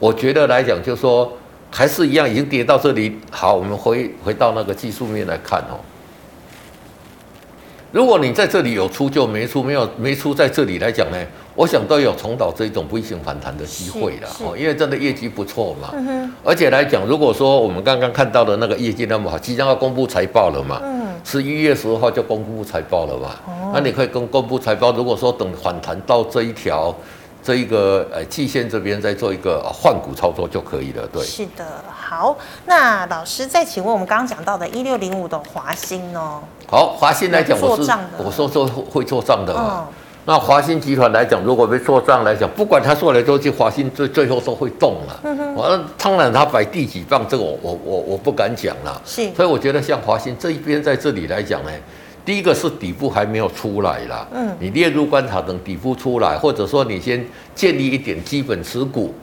Speaker 2: 我觉得来讲就说还是一样，已经跌到这里，好，我们回回到那个技术面来看哦。如果你在这里有出就没出，没有没出在这里来讲呢，我想都有重蹈这一种 V 型反弹的机会了
Speaker 1: 是是
Speaker 2: 哦，因为真的业绩不错嘛。
Speaker 1: 嗯哼，
Speaker 2: 而且来讲，如果说我们刚刚看到的那个业绩那么好，即将要公布财报了嘛，
Speaker 1: 嗯，哦
Speaker 2: 十一月十号就公布财报了嘛，那你可以公公布财报，如果说等反弹到这一条这一个呃季线这边再做一个呃换股操作就可以了，对。
Speaker 1: 是的，好，那老师再请问我们刚刚讲到的一六零五的华兴哦，
Speaker 2: 好，华兴来讲，我
Speaker 1: 做
Speaker 2: 是
Speaker 1: 账的
Speaker 2: 我说说会做账的嘛。
Speaker 1: 嗯，
Speaker 2: 那华兴集团来讲，如果被做账来讲，不管它做来做去，华兴最最后都会动了。
Speaker 1: 嗯
Speaker 2: 完了，当然它摆第几棒，这个我我我我不敢讲了。
Speaker 1: 是，
Speaker 2: 所以我觉得像华兴这一边在这里来讲呢，第一个是底部还没有出来啦，
Speaker 1: 嗯
Speaker 2: 你列入观察等底部出来，或者说你先建立一点基本持股，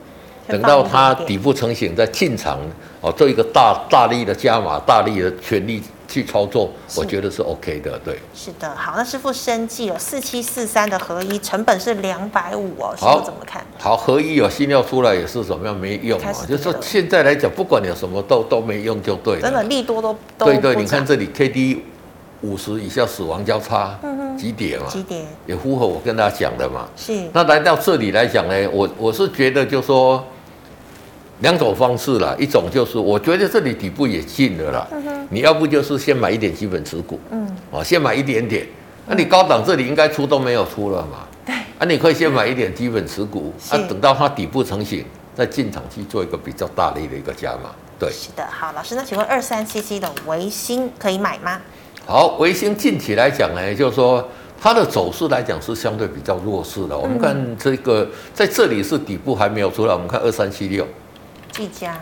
Speaker 1: 先
Speaker 2: 等
Speaker 1: 放
Speaker 2: 到
Speaker 1: 一
Speaker 2: 它
Speaker 1: 点
Speaker 2: 底部成型再进场哦，做一个大大力的加码，大力的全力去操作，我觉得是 OK 的，对。
Speaker 1: 是的，好，那师傅生计哦，四七四三的合一成本是两百五哦，师
Speaker 2: 好
Speaker 1: 傅怎么看？
Speaker 2: 好，合一有新料出来也是怎么样没用
Speaker 1: 开
Speaker 2: 啊
Speaker 1: 始？
Speaker 2: 就
Speaker 1: 跌
Speaker 2: 是
Speaker 1: 了
Speaker 2: 现在来讲，不管有什么都都没用就对了。
Speaker 1: 真的利多都都
Speaker 2: 对对，
Speaker 1: 不
Speaker 2: 你
Speaker 1: 涨
Speaker 2: 看这里 K D 五十以下死亡交叉几点嘛，
Speaker 1: 嗯几点？
Speaker 2: 也符合我跟大家讲的嘛。
Speaker 1: 是，
Speaker 2: 那来到这里来讲呢，我我是觉得就说两种方式啦，一种就是我觉得这里底部也近了啦，你要不就是先买一点基本持股，
Speaker 1: 嗯，
Speaker 2: 哦，先买一点点，那、你高档这里应该出都没有出了嘛，对，啊，你可以先买一点基本持股，
Speaker 1: 是
Speaker 2: 啊，等到它底部成型，再进场去做一个比较大力的一个加码，对。
Speaker 1: 是的。好，老师，那请问二三七七的维新可以买吗？
Speaker 2: 好，维新近期来讲呢，就是说它的走势来讲是相对比较弱势的。我
Speaker 1: 嗯
Speaker 2: 们看这个在这里是底部还没有出来，我们看二三七六，
Speaker 1: 技嘉，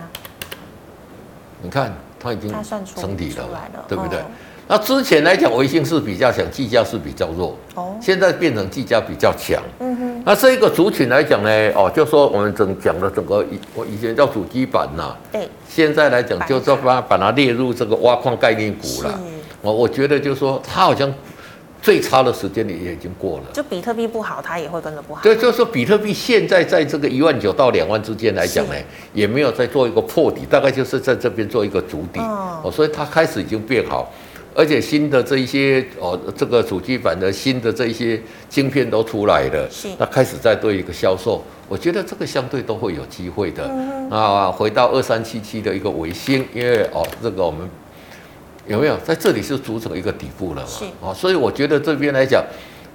Speaker 2: 你看它已经
Speaker 1: 它算出
Speaker 2: 成底了
Speaker 1: 出
Speaker 2: 嘛
Speaker 1: 来了，
Speaker 2: 对不对？
Speaker 1: 嗯
Speaker 2: 那之前来讲，维新是比较强，技嘉是比较弱，
Speaker 1: 哦，
Speaker 2: 现在变成技嘉比较强。
Speaker 1: 嗯哼，
Speaker 2: 那这个族群来讲呢，哦，就说我们整讲的整个以我以前叫主机板呐、
Speaker 1: 对，
Speaker 2: 现在来讲就是把把它列入这个挖矿概念股
Speaker 1: 是
Speaker 2: 了。我我觉得就是说，它好像最差的时间也也已经过了。
Speaker 1: 就比特币不好，它也会跟着不好。
Speaker 2: 对，就是说比特币现在在这个一万九到两万之间来讲呢，也没有在做一个破底，大概就是在这边做一个主底
Speaker 1: 哦
Speaker 2: 哦所以它开始已经变好，而且新的这一些哦，这个主机板的新的这一些晶片都出来了，
Speaker 1: 是
Speaker 2: 那开始在对一个销售，我觉得这个相对都会有机会的。
Speaker 1: 嗯
Speaker 2: 那回到二三七七的一个维新，因为哦，这个我们有没有在这里是组成一个底部了嘛？
Speaker 1: 是
Speaker 2: 哦，所以我觉得这边来讲，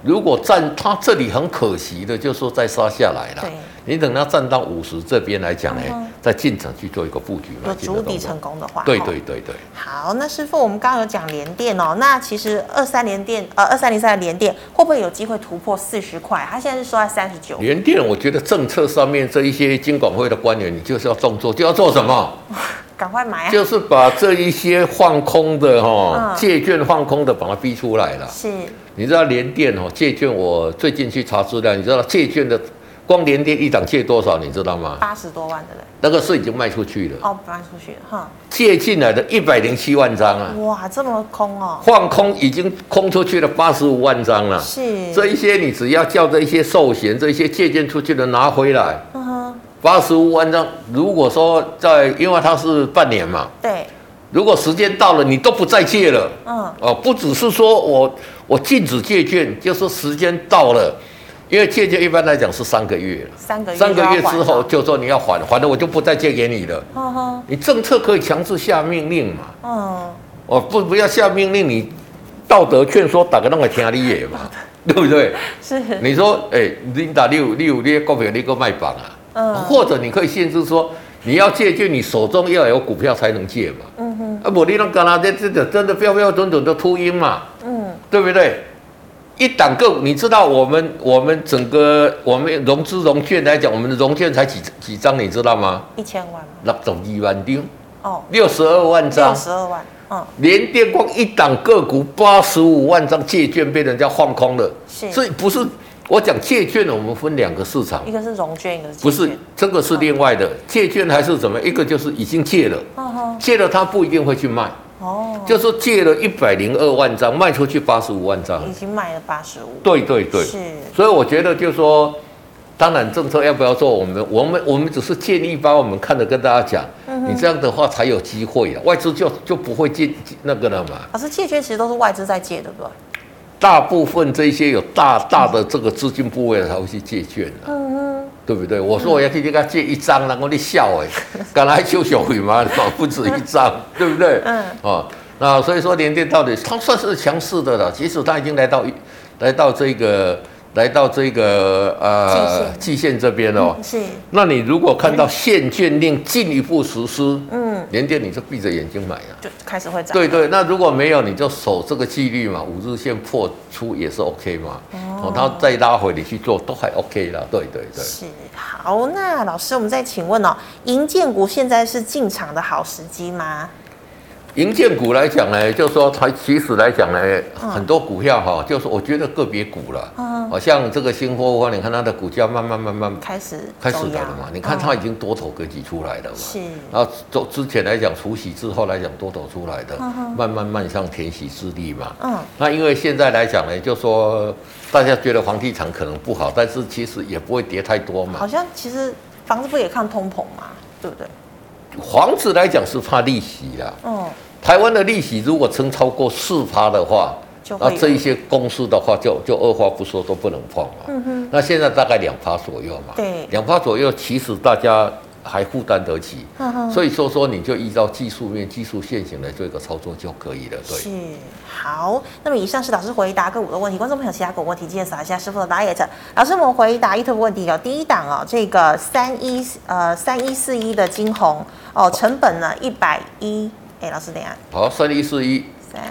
Speaker 2: 如果站它这里很可惜的，就是说再杀下来了
Speaker 1: 对。
Speaker 2: 你等它站到五十这边来讲呢
Speaker 1: 嗯哼，
Speaker 2: 再进场去做一个布局
Speaker 1: 有
Speaker 2: 嘛，进
Speaker 1: 主
Speaker 2: 的
Speaker 1: 底
Speaker 2: 动作
Speaker 1: 成。功的话，
Speaker 2: 对
Speaker 1: 哦
Speaker 2: 对对对，
Speaker 1: 好，那师傅，我们刚刚有讲联电哦，那其实二三联电，呃，二三零三的联电会不会有机会突破四十块？它现在是收在三十九，
Speaker 2: 联电我觉得政策上面这一些金管会的官员，你就是要动作，就要做什么？
Speaker 1: 赶快买啊！
Speaker 2: 就是把这一些放空的哈、哦
Speaker 1: 嗯，
Speaker 2: 借券放空的把它逼出来了。
Speaker 1: 是
Speaker 2: 你知道联电哦，借券我最近去查资料，你知道借券的光联电一档借多少，你知道吗？
Speaker 1: 八十多万的人
Speaker 2: 那个是已经卖出去了，
Speaker 1: 哦，搬出去了哈，
Speaker 2: 借进来的一百零七万张啊，
Speaker 1: 哇，这么空哦，
Speaker 2: 放空已经空出去了八十五万张了。
Speaker 1: 是，
Speaker 2: 这一些你只要叫这一些寿险、这一些借券出去的拿回来，
Speaker 1: 嗯哼，
Speaker 2: 八十五万张。如果说在，因为它是半年嘛，
Speaker 1: 对，
Speaker 2: 如果时间到了你都不再借了，
Speaker 1: 嗯，
Speaker 2: 哦，不只是说我我禁止借券，就是时间到了，因为借券一般来讲是三个月，
Speaker 1: 三个月
Speaker 2: 三个
Speaker 1: 就要
Speaker 2: 月
Speaker 1: 还
Speaker 2: 之
Speaker 1: 了
Speaker 2: 后，就说你要还，还了我就不再借给你了。
Speaker 1: 嗯哼，
Speaker 2: 你政策可以强制下命令嘛？
Speaker 1: 嗯，
Speaker 2: 哦，不不要下命令，你道德劝说打个那个听你也嘛，对不对？
Speaker 1: 是，
Speaker 2: 你说，哎、你打六六六股票，你个卖榜啊？
Speaker 1: 嗯
Speaker 2: 或者你可以限制说，你要借就你手中要有股票才能借嘛。
Speaker 1: 嗯哼，
Speaker 2: 啊，我你那干啦，这这个真的标标准准的秃鹰嘛，
Speaker 1: 嗯，
Speaker 2: 对不对？一档个股，你知道我们我们整个我们融资融券来讲，我们的融券才几几张，你知道吗？
Speaker 1: 一千万嘛，
Speaker 2: 那种一万张，
Speaker 1: 哦，
Speaker 2: 六十二万张
Speaker 1: 六，十二万，嗯，
Speaker 2: 连电光一档个股八十五万张借券被人家放空了，
Speaker 1: 是
Speaker 2: 所以不是我讲借券，我们分两个市场
Speaker 1: 一，个是融券，一个哦是
Speaker 2: 不
Speaker 1: 借
Speaker 2: 是
Speaker 1: 券
Speaker 2: 这个是另外的借券还是怎么样？一个就是已经借了，
Speaker 1: 嗯哼，
Speaker 2: 借了他不一定会去卖，
Speaker 1: 哦，
Speaker 2: 就是借了一百零二万张，卖出去八十五万张，
Speaker 1: 已经卖了八十五，
Speaker 2: 对对对，
Speaker 1: 是，
Speaker 2: 所以我觉得就是说，当然政策要不要做，我们我们我们只是建议把我们看的跟大家讲，
Speaker 1: 嗯
Speaker 2: 你这样的话才有机会啊，外资就就不会进进那个了嘛。
Speaker 1: 老师借券其实都是外资在借，对不对？
Speaker 2: 大部分这些有大大的这个资金部位的才会去借券啊，
Speaker 1: 嗯
Speaker 2: 对不对？我说我要去跟他借一张，然后你笑哎，
Speaker 1: 嗯
Speaker 2: 敢来修小回吗？ 不止一张，对不对？
Speaker 1: 嗯
Speaker 2: 哦，那所以说联电到底它算是强势的了，即使它已经来到一来到这个来到这个呃季线这边哦
Speaker 1: 哼，。是，
Speaker 2: 那你如果看到限券令进一步实施，
Speaker 1: 嗯，
Speaker 2: 联电你就闭着眼睛买啊。
Speaker 1: 就开始会涨，
Speaker 2: 对对，那如果没有，你就守这个纪律嘛，五日线破出也是 OK 嘛。哦，它再拉回你去做都还 OK 啦。对对对，
Speaker 1: 是好，那老师，我们再请问哦，银建股现在是进场的好时机吗？
Speaker 2: 银建股来讲呢，就说它其实来讲呢，很多股票哈，就是我觉得个别股了，
Speaker 1: 嗯
Speaker 2: 好像这个新货货，你看它的股价慢慢慢慢
Speaker 1: 开始啊
Speaker 2: 开始
Speaker 1: 走
Speaker 2: 的
Speaker 1: 阳
Speaker 2: 了嘛，你看
Speaker 1: 嗯
Speaker 2: 它已经多头格局出来了嘛。
Speaker 1: 是
Speaker 2: 然后走之前来讲，除息之后来讲多头出来的
Speaker 1: 嗯哼，
Speaker 2: 慢慢慢向填息之力嘛。
Speaker 1: 嗯
Speaker 2: 那因为现在来讲呢，就说大家觉得房地产可能不好，但是其实也不会跌太多
Speaker 1: 好
Speaker 2: 嘛。
Speaker 1: 像其实房子不也看通膨嘛，对不对？
Speaker 2: 房子来讲是怕利息啦，
Speaker 1: 嗯
Speaker 2: 台湾的利息如果撑超过四趴的话，
Speaker 1: 就
Speaker 2: 那
Speaker 1: 会
Speaker 2: 这一些公司的话就，就二话不说都不能碰了。
Speaker 1: 嗯哼，
Speaker 2: 那现在大概两趴左右嘛，
Speaker 1: 对
Speaker 2: 两趴左右，其实大家还负担得起。
Speaker 1: 哼哼
Speaker 2: 所以说说你就依照技术面、技术线型来做一个操作就可以了。对，
Speaker 1: 是好，那么以上是老师回答个股的问题，观众朋友其他股问题记得扫一下师傅的 diet。老师，我们回答 YouTube 问题有第一档哦，这个三一呃三一四一的金红哦，成本呢一百一，哎，老师等一下，
Speaker 2: 好，三一四一，
Speaker 1: 三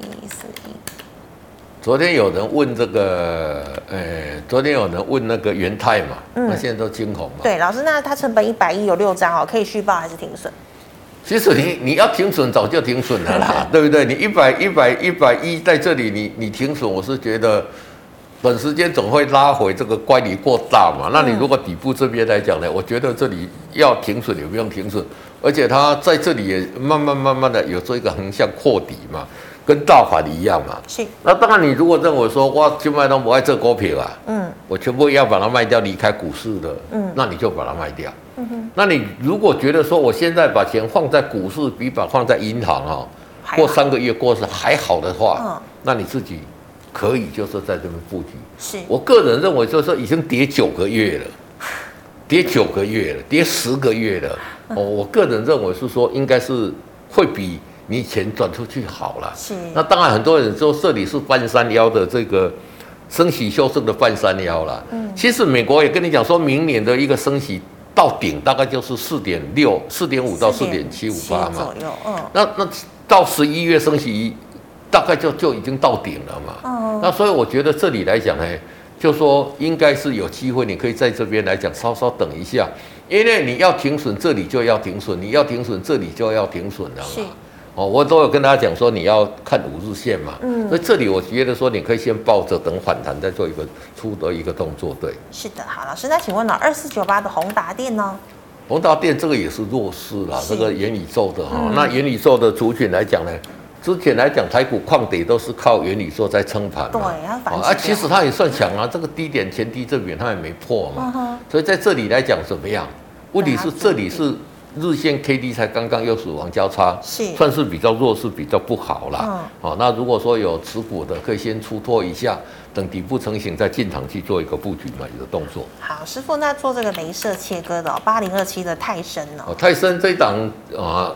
Speaker 1: 一四一，
Speaker 2: 昨天有人问这个，呃，昨天有人问那个元泰嘛，
Speaker 1: 嗯
Speaker 2: 那现在都惊恐嘛。
Speaker 1: 对，老师，那它成本一百一有六张哦，可以续报还是停损？
Speaker 2: 其实你你要停损，早就停损了啦，对不对？你一百一百一百一在这里你，你停损，我是觉得短时间总会拉回这个乖离过大嘛。那你如果底部这边来讲呢，我觉得这里要停损也不用停损，而且它在这里也慢慢慢慢的有做一个横向扩底嘛，跟大盘一样嘛。
Speaker 1: 是，
Speaker 2: 那当然，你如果认为说哇，金麦都不爱这股票啊，
Speaker 1: 嗯
Speaker 2: 我全部要把它卖掉，离开股市的，
Speaker 1: 嗯
Speaker 2: 那你就把它卖掉。
Speaker 1: 嗯哼，
Speaker 2: 那你如果觉得说我现在把钱放在股市比把放在银行啊、
Speaker 1: 还
Speaker 2: 过
Speaker 1: 好
Speaker 2: 三个月过是还好的话，
Speaker 1: 嗯
Speaker 2: 那你自己可以就是在这边布局。
Speaker 1: 是，
Speaker 2: 我个人认为就是说已经跌九个月了，跌九个月了，跌十个月了。哦，我个人认为是说应该是会比你钱转出去好了。
Speaker 1: 是
Speaker 2: 那当然，很多人说这里是半山腰的这个升息修正的半山腰啦。嗯，其实美国也跟你讲，说明年的一个升息到顶大概就是四点六、四点五到四点七五八嘛
Speaker 1: 左。右，嗯
Speaker 2: 那那到十一月升息，大概就就已经到顶了嘛。
Speaker 1: 嗯，
Speaker 2: 那所以我觉得这里来讲呢，哎就说应该是有机会，你可以在这边来讲稍稍等一下，因为你要停损，这里就要停损；你要停损，这里就要停损了
Speaker 1: 是
Speaker 2: 嘛。哦，我都有跟大家讲说你要看五日线嘛，
Speaker 1: 嗯
Speaker 2: 所以这里我觉得说你可以先抱着，等反弹再做一个出的一个动作。对，
Speaker 1: 是的，好，老师，那请问呢，二四九八的宏达电
Speaker 2: 啊
Speaker 1: 呢？
Speaker 2: 宏达电这个也是弱势啦，
Speaker 1: 是
Speaker 2: 这个元宇宙的哈、
Speaker 1: 嗯
Speaker 2: 那元宇宙的族群来讲呢，之前来讲台股矿跌都是靠元宇宙在撑盘嘛，
Speaker 1: 对它反
Speaker 2: 哦
Speaker 1: 指
Speaker 2: 啊，
Speaker 1: 标
Speaker 2: 其实它也算强啊，这个低点前低这边它也没破嘛
Speaker 1: 嗯，哼，
Speaker 2: 所以在这里来讲怎么样？问题
Speaker 1: 对
Speaker 2: 是
Speaker 1: 啊
Speaker 2: 这里是日线 K D 才刚刚又死亡交叉，
Speaker 1: 是嗯
Speaker 2: 算是比较弱势，比较不好啦。好、那如果说有持股的，可以先出脱一下，等底部成型再进场去做一个布局买的动作。
Speaker 1: 好，师傅，那做这个镭射切割的哦八零二七的泰森呢？
Speaker 2: 哦，泰森这一档啊、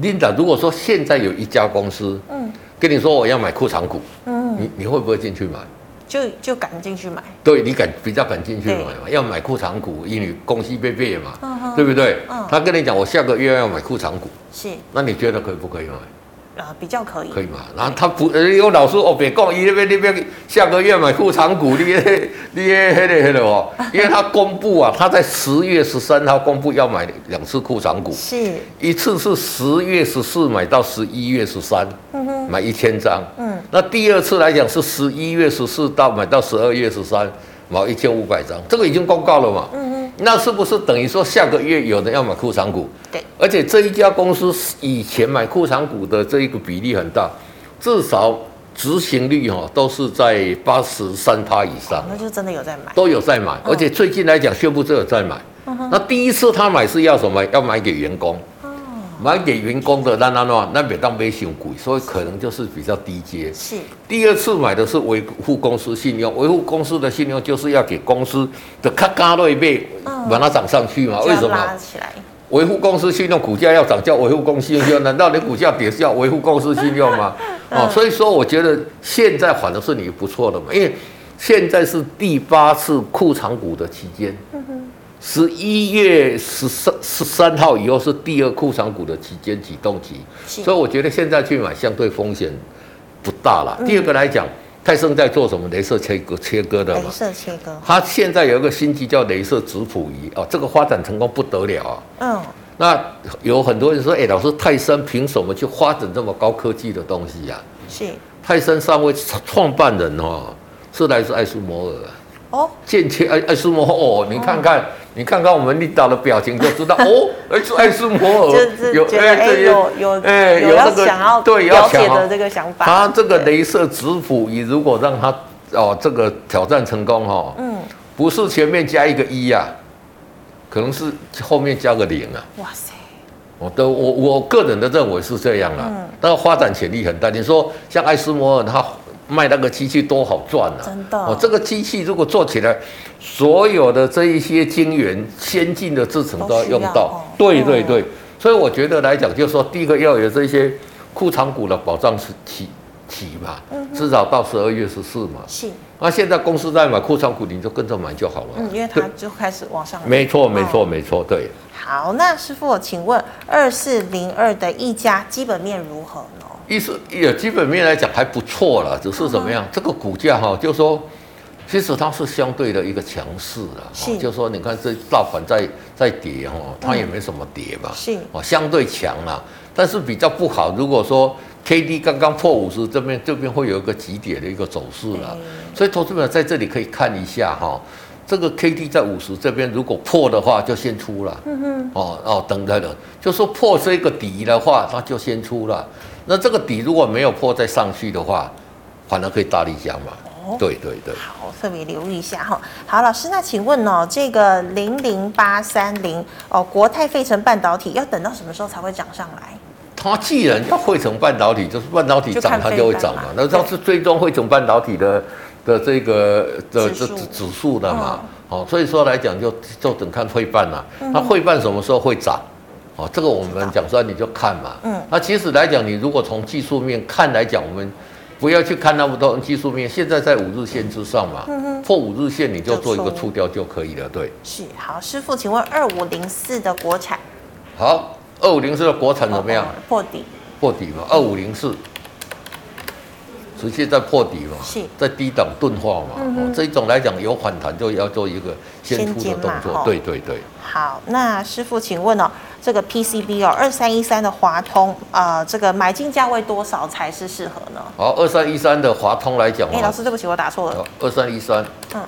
Speaker 2: 琳 Linda，如果说现在有一家公司
Speaker 1: 嗯
Speaker 2: 跟你说我要买库藏股，
Speaker 1: 嗯，
Speaker 2: 你你会不会进去买？
Speaker 1: 就就赶进去买，
Speaker 2: 对你敢比较敢进去买
Speaker 1: 对
Speaker 2: 嘛？要买库藏股，因为公司被背嘛，
Speaker 1: 嗯哼
Speaker 2: 对不对？
Speaker 1: 嗯
Speaker 2: 他跟你讲我下个月要买库藏股，
Speaker 1: 是
Speaker 2: 那你觉得可以不可以买？
Speaker 1: 呃比较可以，
Speaker 2: 可以嘛？然后他不，呃有老师哦，别讲，伊那边那边下个月买库藏股，你那 你那那个那个哦，因为他公布啊，他在十月十三号公布要买两次库藏股，
Speaker 1: 是，
Speaker 2: 一次是十月十四买到十一月十三，
Speaker 1: 嗯哼，
Speaker 2: 买一千张。
Speaker 1: 嗯，
Speaker 2: 那第二次来讲是十一月十四到买到十二月十三，买一千五百张，这个已经公告了嘛？
Speaker 1: 嗯哼，
Speaker 2: 那是不是等于说下个月有人要买库藏股？
Speaker 1: 对，
Speaker 2: 而且这一家公司以前买库藏股的这一个比例很大，至少执行率哈、哦、都是在八十三趴以上
Speaker 1: 哦。那就真的有在买，
Speaker 2: 都有在买，而且最近来讲宣布都有在买。那第一次他买是要什么？要买给员工，买给员工的那那那那别当没熊股，所以可能就是比较低阶。
Speaker 1: 是
Speaker 2: 第二次买的是维护公司信用，维护公司的信用就是要给公司的咔咔瑞贝
Speaker 1: 嗯
Speaker 2: 把它涨上去嘛？
Speaker 1: 就
Speaker 2: 啊为
Speaker 1: 要
Speaker 2: 什么？
Speaker 1: 拉起来，
Speaker 2: 维护公司信用，股价要涨叫维护公司信用，难道你股价跌是要维护公司信用吗？哦，所以说我觉得现在反而是你不错的嘛，因为现在是第八次库藏股的期间，十一月十三十三号以后是第二库藏股的期间启动期，
Speaker 1: 是
Speaker 2: 所以我觉得现在去买相对风险不大了。第二个来讲，泰盛在做什么？镭射切割切割的嘛
Speaker 1: 镭，射切割，
Speaker 2: 它现在有一个新机叫镭射质谱仪哦，这个发展成功不得了啊。
Speaker 1: 嗯，
Speaker 2: 那有很多人说，哎、老师，泰森凭什么去发展这么高科技的东西呀、
Speaker 1: 是，
Speaker 2: 泰森三位创创办人哦，是来自艾斯摩尔啊，
Speaker 1: 哦，
Speaker 2: 间接艾艾斯摩尔哦，你看看，你看看我们丽达的表情就知 道哦，艾斯艾斯摩尔
Speaker 1: 就是觉得哎
Speaker 2: 些
Speaker 1: 有有
Speaker 2: 哎
Speaker 1: 有
Speaker 2: 那
Speaker 1: 要
Speaker 2: 个
Speaker 1: 想要
Speaker 2: 对
Speaker 1: 了
Speaker 2: 要
Speaker 1: 解
Speaker 2: 想
Speaker 1: 的
Speaker 2: 哦
Speaker 1: 这个想法，
Speaker 2: 他这个
Speaker 1: 对，
Speaker 2: 镭射质谱仪如果让他哦这个挑战成功哦，
Speaker 1: 嗯，
Speaker 2: 不是前面加一个一呀、啊，可能是后面加个零啊。
Speaker 1: 哇塞，
Speaker 2: 我都我我个人的认为是这样啦，
Speaker 1: 嗯
Speaker 2: 但发展潜力很大。你说像艾斯摩尔，他卖那个机器多好赚啊！
Speaker 1: 真的
Speaker 2: 哦，这个机器如果做起来，所有的这一些晶圆先进的制程都要用
Speaker 1: 都需要哦
Speaker 2: 到。对对
Speaker 1: 嗯
Speaker 2: 对，所以我觉得来讲，就是说第一个要有这些库藏股的保障期期期嘛，
Speaker 1: 嗯
Speaker 2: 至少到十二月十四嘛。
Speaker 1: 是，
Speaker 2: 那现在公司在买库藏股，你就跟着买就好了。
Speaker 1: 嗯，因为它就开始往上了。
Speaker 2: 哦没错没
Speaker 1: 哦
Speaker 2: 错没错，对。
Speaker 1: 好，那师傅，请问二四零二的一家基本面如何呢？
Speaker 2: 意思也基本面来讲还不错了，只是怎
Speaker 1: 嗯
Speaker 2: 么样？这个股价哈、就说其实它是相对的一个强势了、
Speaker 1: 是
Speaker 2: 哦，就说你看这大盘在在跌哈、哦，它也没什么跌嘛，
Speaker 1: 是
Speaker 2: 哦，相对强啦，但是比较不好。如果说 K D 刚刚破五十，这边这边会有一个急跌的一个走势了，所以投资者在这里可以看一下哈、这个 K D 在五十这边如果破的话，就先出了。哦哦，等等等，就说破这个底的话，它就先出了。那这个底如果没有破再上去的话，反而可以大力加嘛。
Speaker 1: 哦
Speaker 2: 对对对，
Speaker 1: 好，特别留意一下哈。好，老师，那请问哦，这个零零八三零哦，国泰费城半导体要等到什么时候才会涨上来？
Speaker 2: 它既然叫汇成半导体，就是半导体
Speaker 1: 就
Speaker 2: 涨
Speaker 1: 看
Speaker 2: 它
Speaker 1: 飞
Speaker 2: 就会
Speaker 1: 弹
Speaker 2: 涨
Speaker 1: 嘛
Speaker 2: 嘛。那它是追踪汇成半导体的的这个的
Speaker 1: 指
Speaker 2: 这
Speaker 1: 数嗯
Speaker 2: 指指数的嘛。哦，所以说来讲就就等看汇办啦、那汇办什么时候会涨？哦，这个我
Speaker 1: 知道
Speaker 2: 们讲出来你就看嘛。
Speaker 1: 嗯
Speaker 2: 那其实来讲，你如果从技术面看来讲，我们不要去看那么多技术面，现在在五日线之上嘛，破五日线你
Speaker 1: 嗯
Speaker 2: 就
Speaker 1: 就
Speaker 2: 做一个
Speaker 1: 出
Speaker 2: 出掉就可以了。对，
Speaker 1: 是，好，师傅，请问二五零四的国产
Speaker 2: 好，二五零四的国产怎么样
Speaker 1: 哦？哦破底？
Speaker 2: 破底嘛，二五零四直接在破底嘛，
Speaker 1: 是嗯
Speaker 2: 在低档钝化嘛。哦，这一种来讲有反弹就要做一个先
Speaker 1: 先
Speaker 2: 出
Speaker 1: 减
Speaker 2: 的动
Speaker 1: 码哦
Speaker 2: 作。对对对，
Speaker 1: 好，那师傅，请问哦，这个 PCB 哦，二三一三的华通啊、呃这个买进价位多少才是适合呢？
Speaker 2: 好，啊二三一三的华通来讲
Speaker 1: 哎、老
Speaker 2: 啊，
Speaker 1: 师，对不起，我打错了。
Speaker 2: 二三一三，
Speaker 1: 嗯，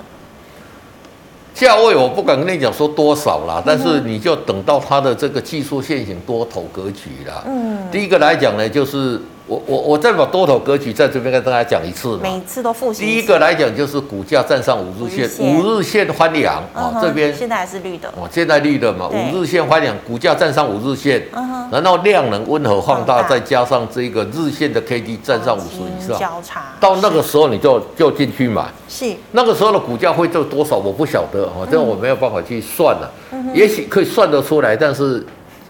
Speaker 2: 价位我不敢跟你讲说多少
Speaker 1: 嗯
Speaker 2: 啦，但是你就等到它的这个技术线型多头格局啦。
Speaker 1: 嗯，
Speaker 2: 第一个来讲呢，就是我我我再把多头格局在这边跟大家讲一次嘛。
Speaker 1: 嗯每次都复习
Speaker 2: 第一
Speaker 1: 次
Speaker 2: 个来讲就是股价站上五日线，
Speaker 1: 五日线
Speaker 2: 五日线翻阳
Speaker 1: 嗯
Speaker 2: 哦
Speaker 1: 哼，
Speaker 2: 这边
Speaker 1: 现在还是绿的，
Speaker 2: 哦，现在绿的嘛，
Speaker 1: 对
Speaker 2: 五日线翻两，股价站上五日线，
Speaker 1: 嗯哼，
Speaker 2: 然后量能温和放
Speaker 1: 放
Speaker 2: 大，
Speaker 1: 大嗯
Speaker 2: 再加上这个日线的 K D 站上五十以上，
Speaker 1: 交叉
Speaker 2: 到那个时候你就就进去买。
Speaker 1: 是
Speaker 2: 那个时候的股价会做多少，我不晓得哦，这我没有办法去算了、
Speaker 1: 嗯
Speaker 2: 也许可以算得出来，但是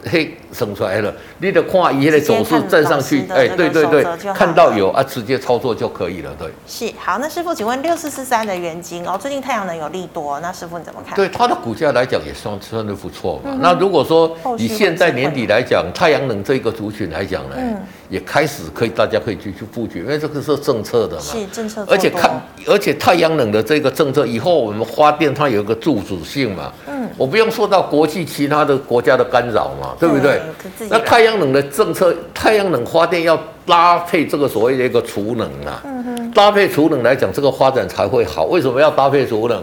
Speaker 2: 嘿省出来了，你得看一些的走势站上去
Speaker 1: 直接，看
Speaker 2: 哎，
Speaker 1: 老师的
Speaker 2: 对
Speaker 1: 这个
Speaker 2: 对对
Speaker 1: 守则就好，
Speaker 2: 看到有啊，直接操作就可以了，对。
Speaker 1: 是好。那师傅，请问六四四三的原金哦，最近太阳能有利多，那师傅你怎么看？
Speaker 2: 对它的股价来讲也算算的不错嘛。那如果说
Speaker 1: 嗯后续
Speaker 2: 以
Speaker 1: 会
Speaker 2: 现在
Speaker 1: 机会
Speaker 2: 年底来讲，太阳能这个族群来讲呢，
Speaker 1: 嗯
Speaker 2: 也开始可以大家可以去去布局，因为这个是政策的嘛。
Speaker 1: 是政策做多，
Speaker 2: 而且看，而且太阳能的这个政策以后，我们发电它有一个自主性嘛，
Speaker 1: 嗯，
Speaker 2: 我不用受到国际其他的国家的干扰嘛，对不对？
Speaker 1: 可自己
Speaker 2: 那
Speaker 1: 来
Speaker 2: 太阳能的政策，太阳能发电要搭配这个所谓的一个储能啊，
Speaker 1: 嗯
Speaker 2: 搭配储能来讲，这个发展才会好。为什么要搭配储能？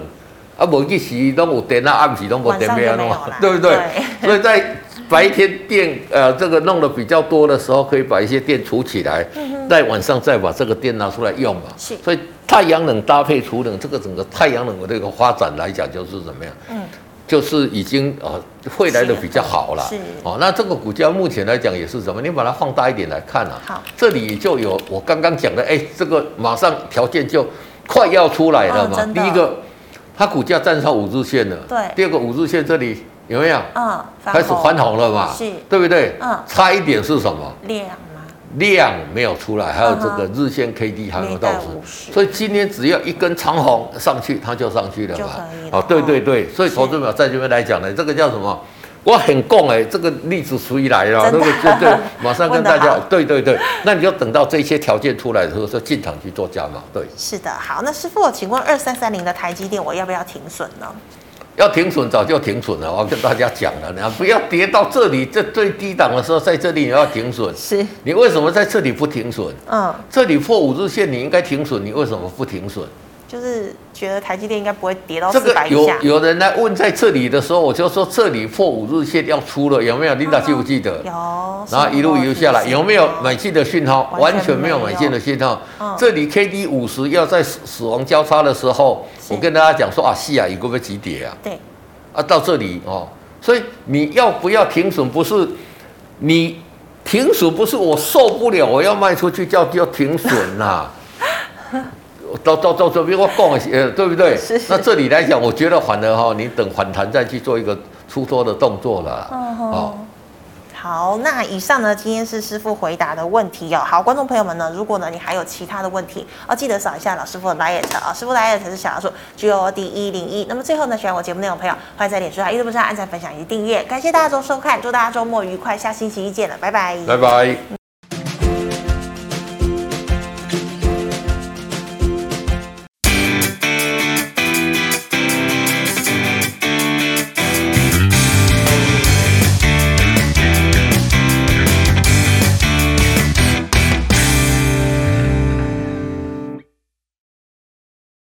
Speaker 2: 啊，无一时都有电啊，暗时都无电
Speaker 1: 晚上就没有
Speaker 2: 啊
Speaker 1: 啦，
Speaker 2: 对不对？
Speaker 1: 对
Speaker 2: 所以在白天电呃这个弄的比较多的时候，可以把一些电储起来，在晚上再把这个电拿出来用嘛。
Speaker 1: 嗯是
Speaker 2: 所以太阳能搭配储能，这个整个太阳能的这个发展来讲，就是怎么样？
Speaker 1: 嗯，
Speaker 2: 就是已经呃会来的比较好了。
Speaker 1: 是
Speaker 2: 哦，那这个股价目前来讲也是什么？你把它放大一点来看啊。
Speaker 1: 好
Speaker 2: 这里就有我刚刚讲的，哎，这个马上条件就快要出来了
Speaker 1: 嗯
Speaker 2: 嘛。
Speaker 1: 真的
Speaker 2: 第一个，它股价站上五日线了。
Speaker 1: 对
Speaker 2: 第二个五日线这里有没有
Speaker 1: 嗯，
Speaker 2: 开始翻红了嘛？
Speaker 1: 是
Speaker 2: 对不对？
Speaker 1: 嗯
Speaker 2: 差一点是什么？
Speaker 1: 量吗？
Speaker 2: 量没有出来，还有这个
Speaker 1: 嗯
Speaker 2: 日线 K D 还没有到
Speaker 1: 没到50
Speaker 2: 十，所以今天只要一根长红上去，它就上去了
Speaker 1: 就
Speaker 2: 嘛
Speaker 1: 可以。了嗯
Speaker 2: 哦，对对对，所以投资者在这边来讲呢，这个叫什么？我很共哎，这个例子出一来了，那
Speaker 1: 真的
Speaker 2: 个对 对，马上跟大
Speaker 1: 问得
Speaker 2: 家
Speaker 1: 好，
Speaker 2: 对对对，那你就等到这些条件出来的时候，就进场去做加码，对。
Speaker 1: 是的，好，那师傅，请问二三三零的台积电，我要不要停损呢？
Speaker 2: 要停损早就停损了，我跟大家讲了，你不要跌到这里，这最低档的时候，在这里你要停损。
Speaker 1: 是，
Speaker 2: 你为什么在这里不停损？
Speaker 1: 嗯，
Speaker 2: 这里破五日线，你应该停损，你为什么不停损？
Speaker 1: 就是觉得台积电应该不会跌到
Speaker 2: 这
Speaker 1: 哦四
Speaker 2: 个
Speaker 1: 百以
Speaker 2: 有
Speaker 1: 下，
Speaker 2: 有人来问在这里的时候，我就说这里破五日线要出了，有没有？琳达记不记得？
Speaker 1: 哦有，
Speaker 2: 然后一路游下来，有没有买进的讯号？
Speaker 1: 完
Speaker 2: 完
Speaker 1: 全
Speaker 2: 全
Speaker 1: 没
Speaker 2: 没
Speaker 1: 有
Speaker 2: 有买进的讯号
Speaker 1: 嗯。
Speaker 2: 这里 K D 五十要在死死亡交叉的时候，
Speaker 1: 是
Speaker 2: 我跟大家讲说啊，西亚有个不急跌啊，
Speaker 1: 对，
Speaker 2: 啊到这里哦，所以你要不要停损不是你停损不是我受不了，我要卖出去叫叫停损呐、到到到这边我讲一下，呃，对不对？
Speaker 1: 是是
Speaker 2: 那这里来讲，我觉得反而哈、你等反弹再去做一个出脱的动作了。哦，
Speaker 1: 好，那以上呢，今天是师傅回答的问题哦。好，观众朋友们呢，如果呢你还有其他的问题，哦，记得扫一下老师傅的 liet 啊、师傅 liet 是小老鼠 G O D 一零一。那么最后呢，喜欢我节目内容的朋友，欢迎在脸书上、YouTube 上按赞、分享以及订阅。感谢大家周收看，祝大家周末愉快，下星期一见了，拜拜。
Speaker 2: 拜拜。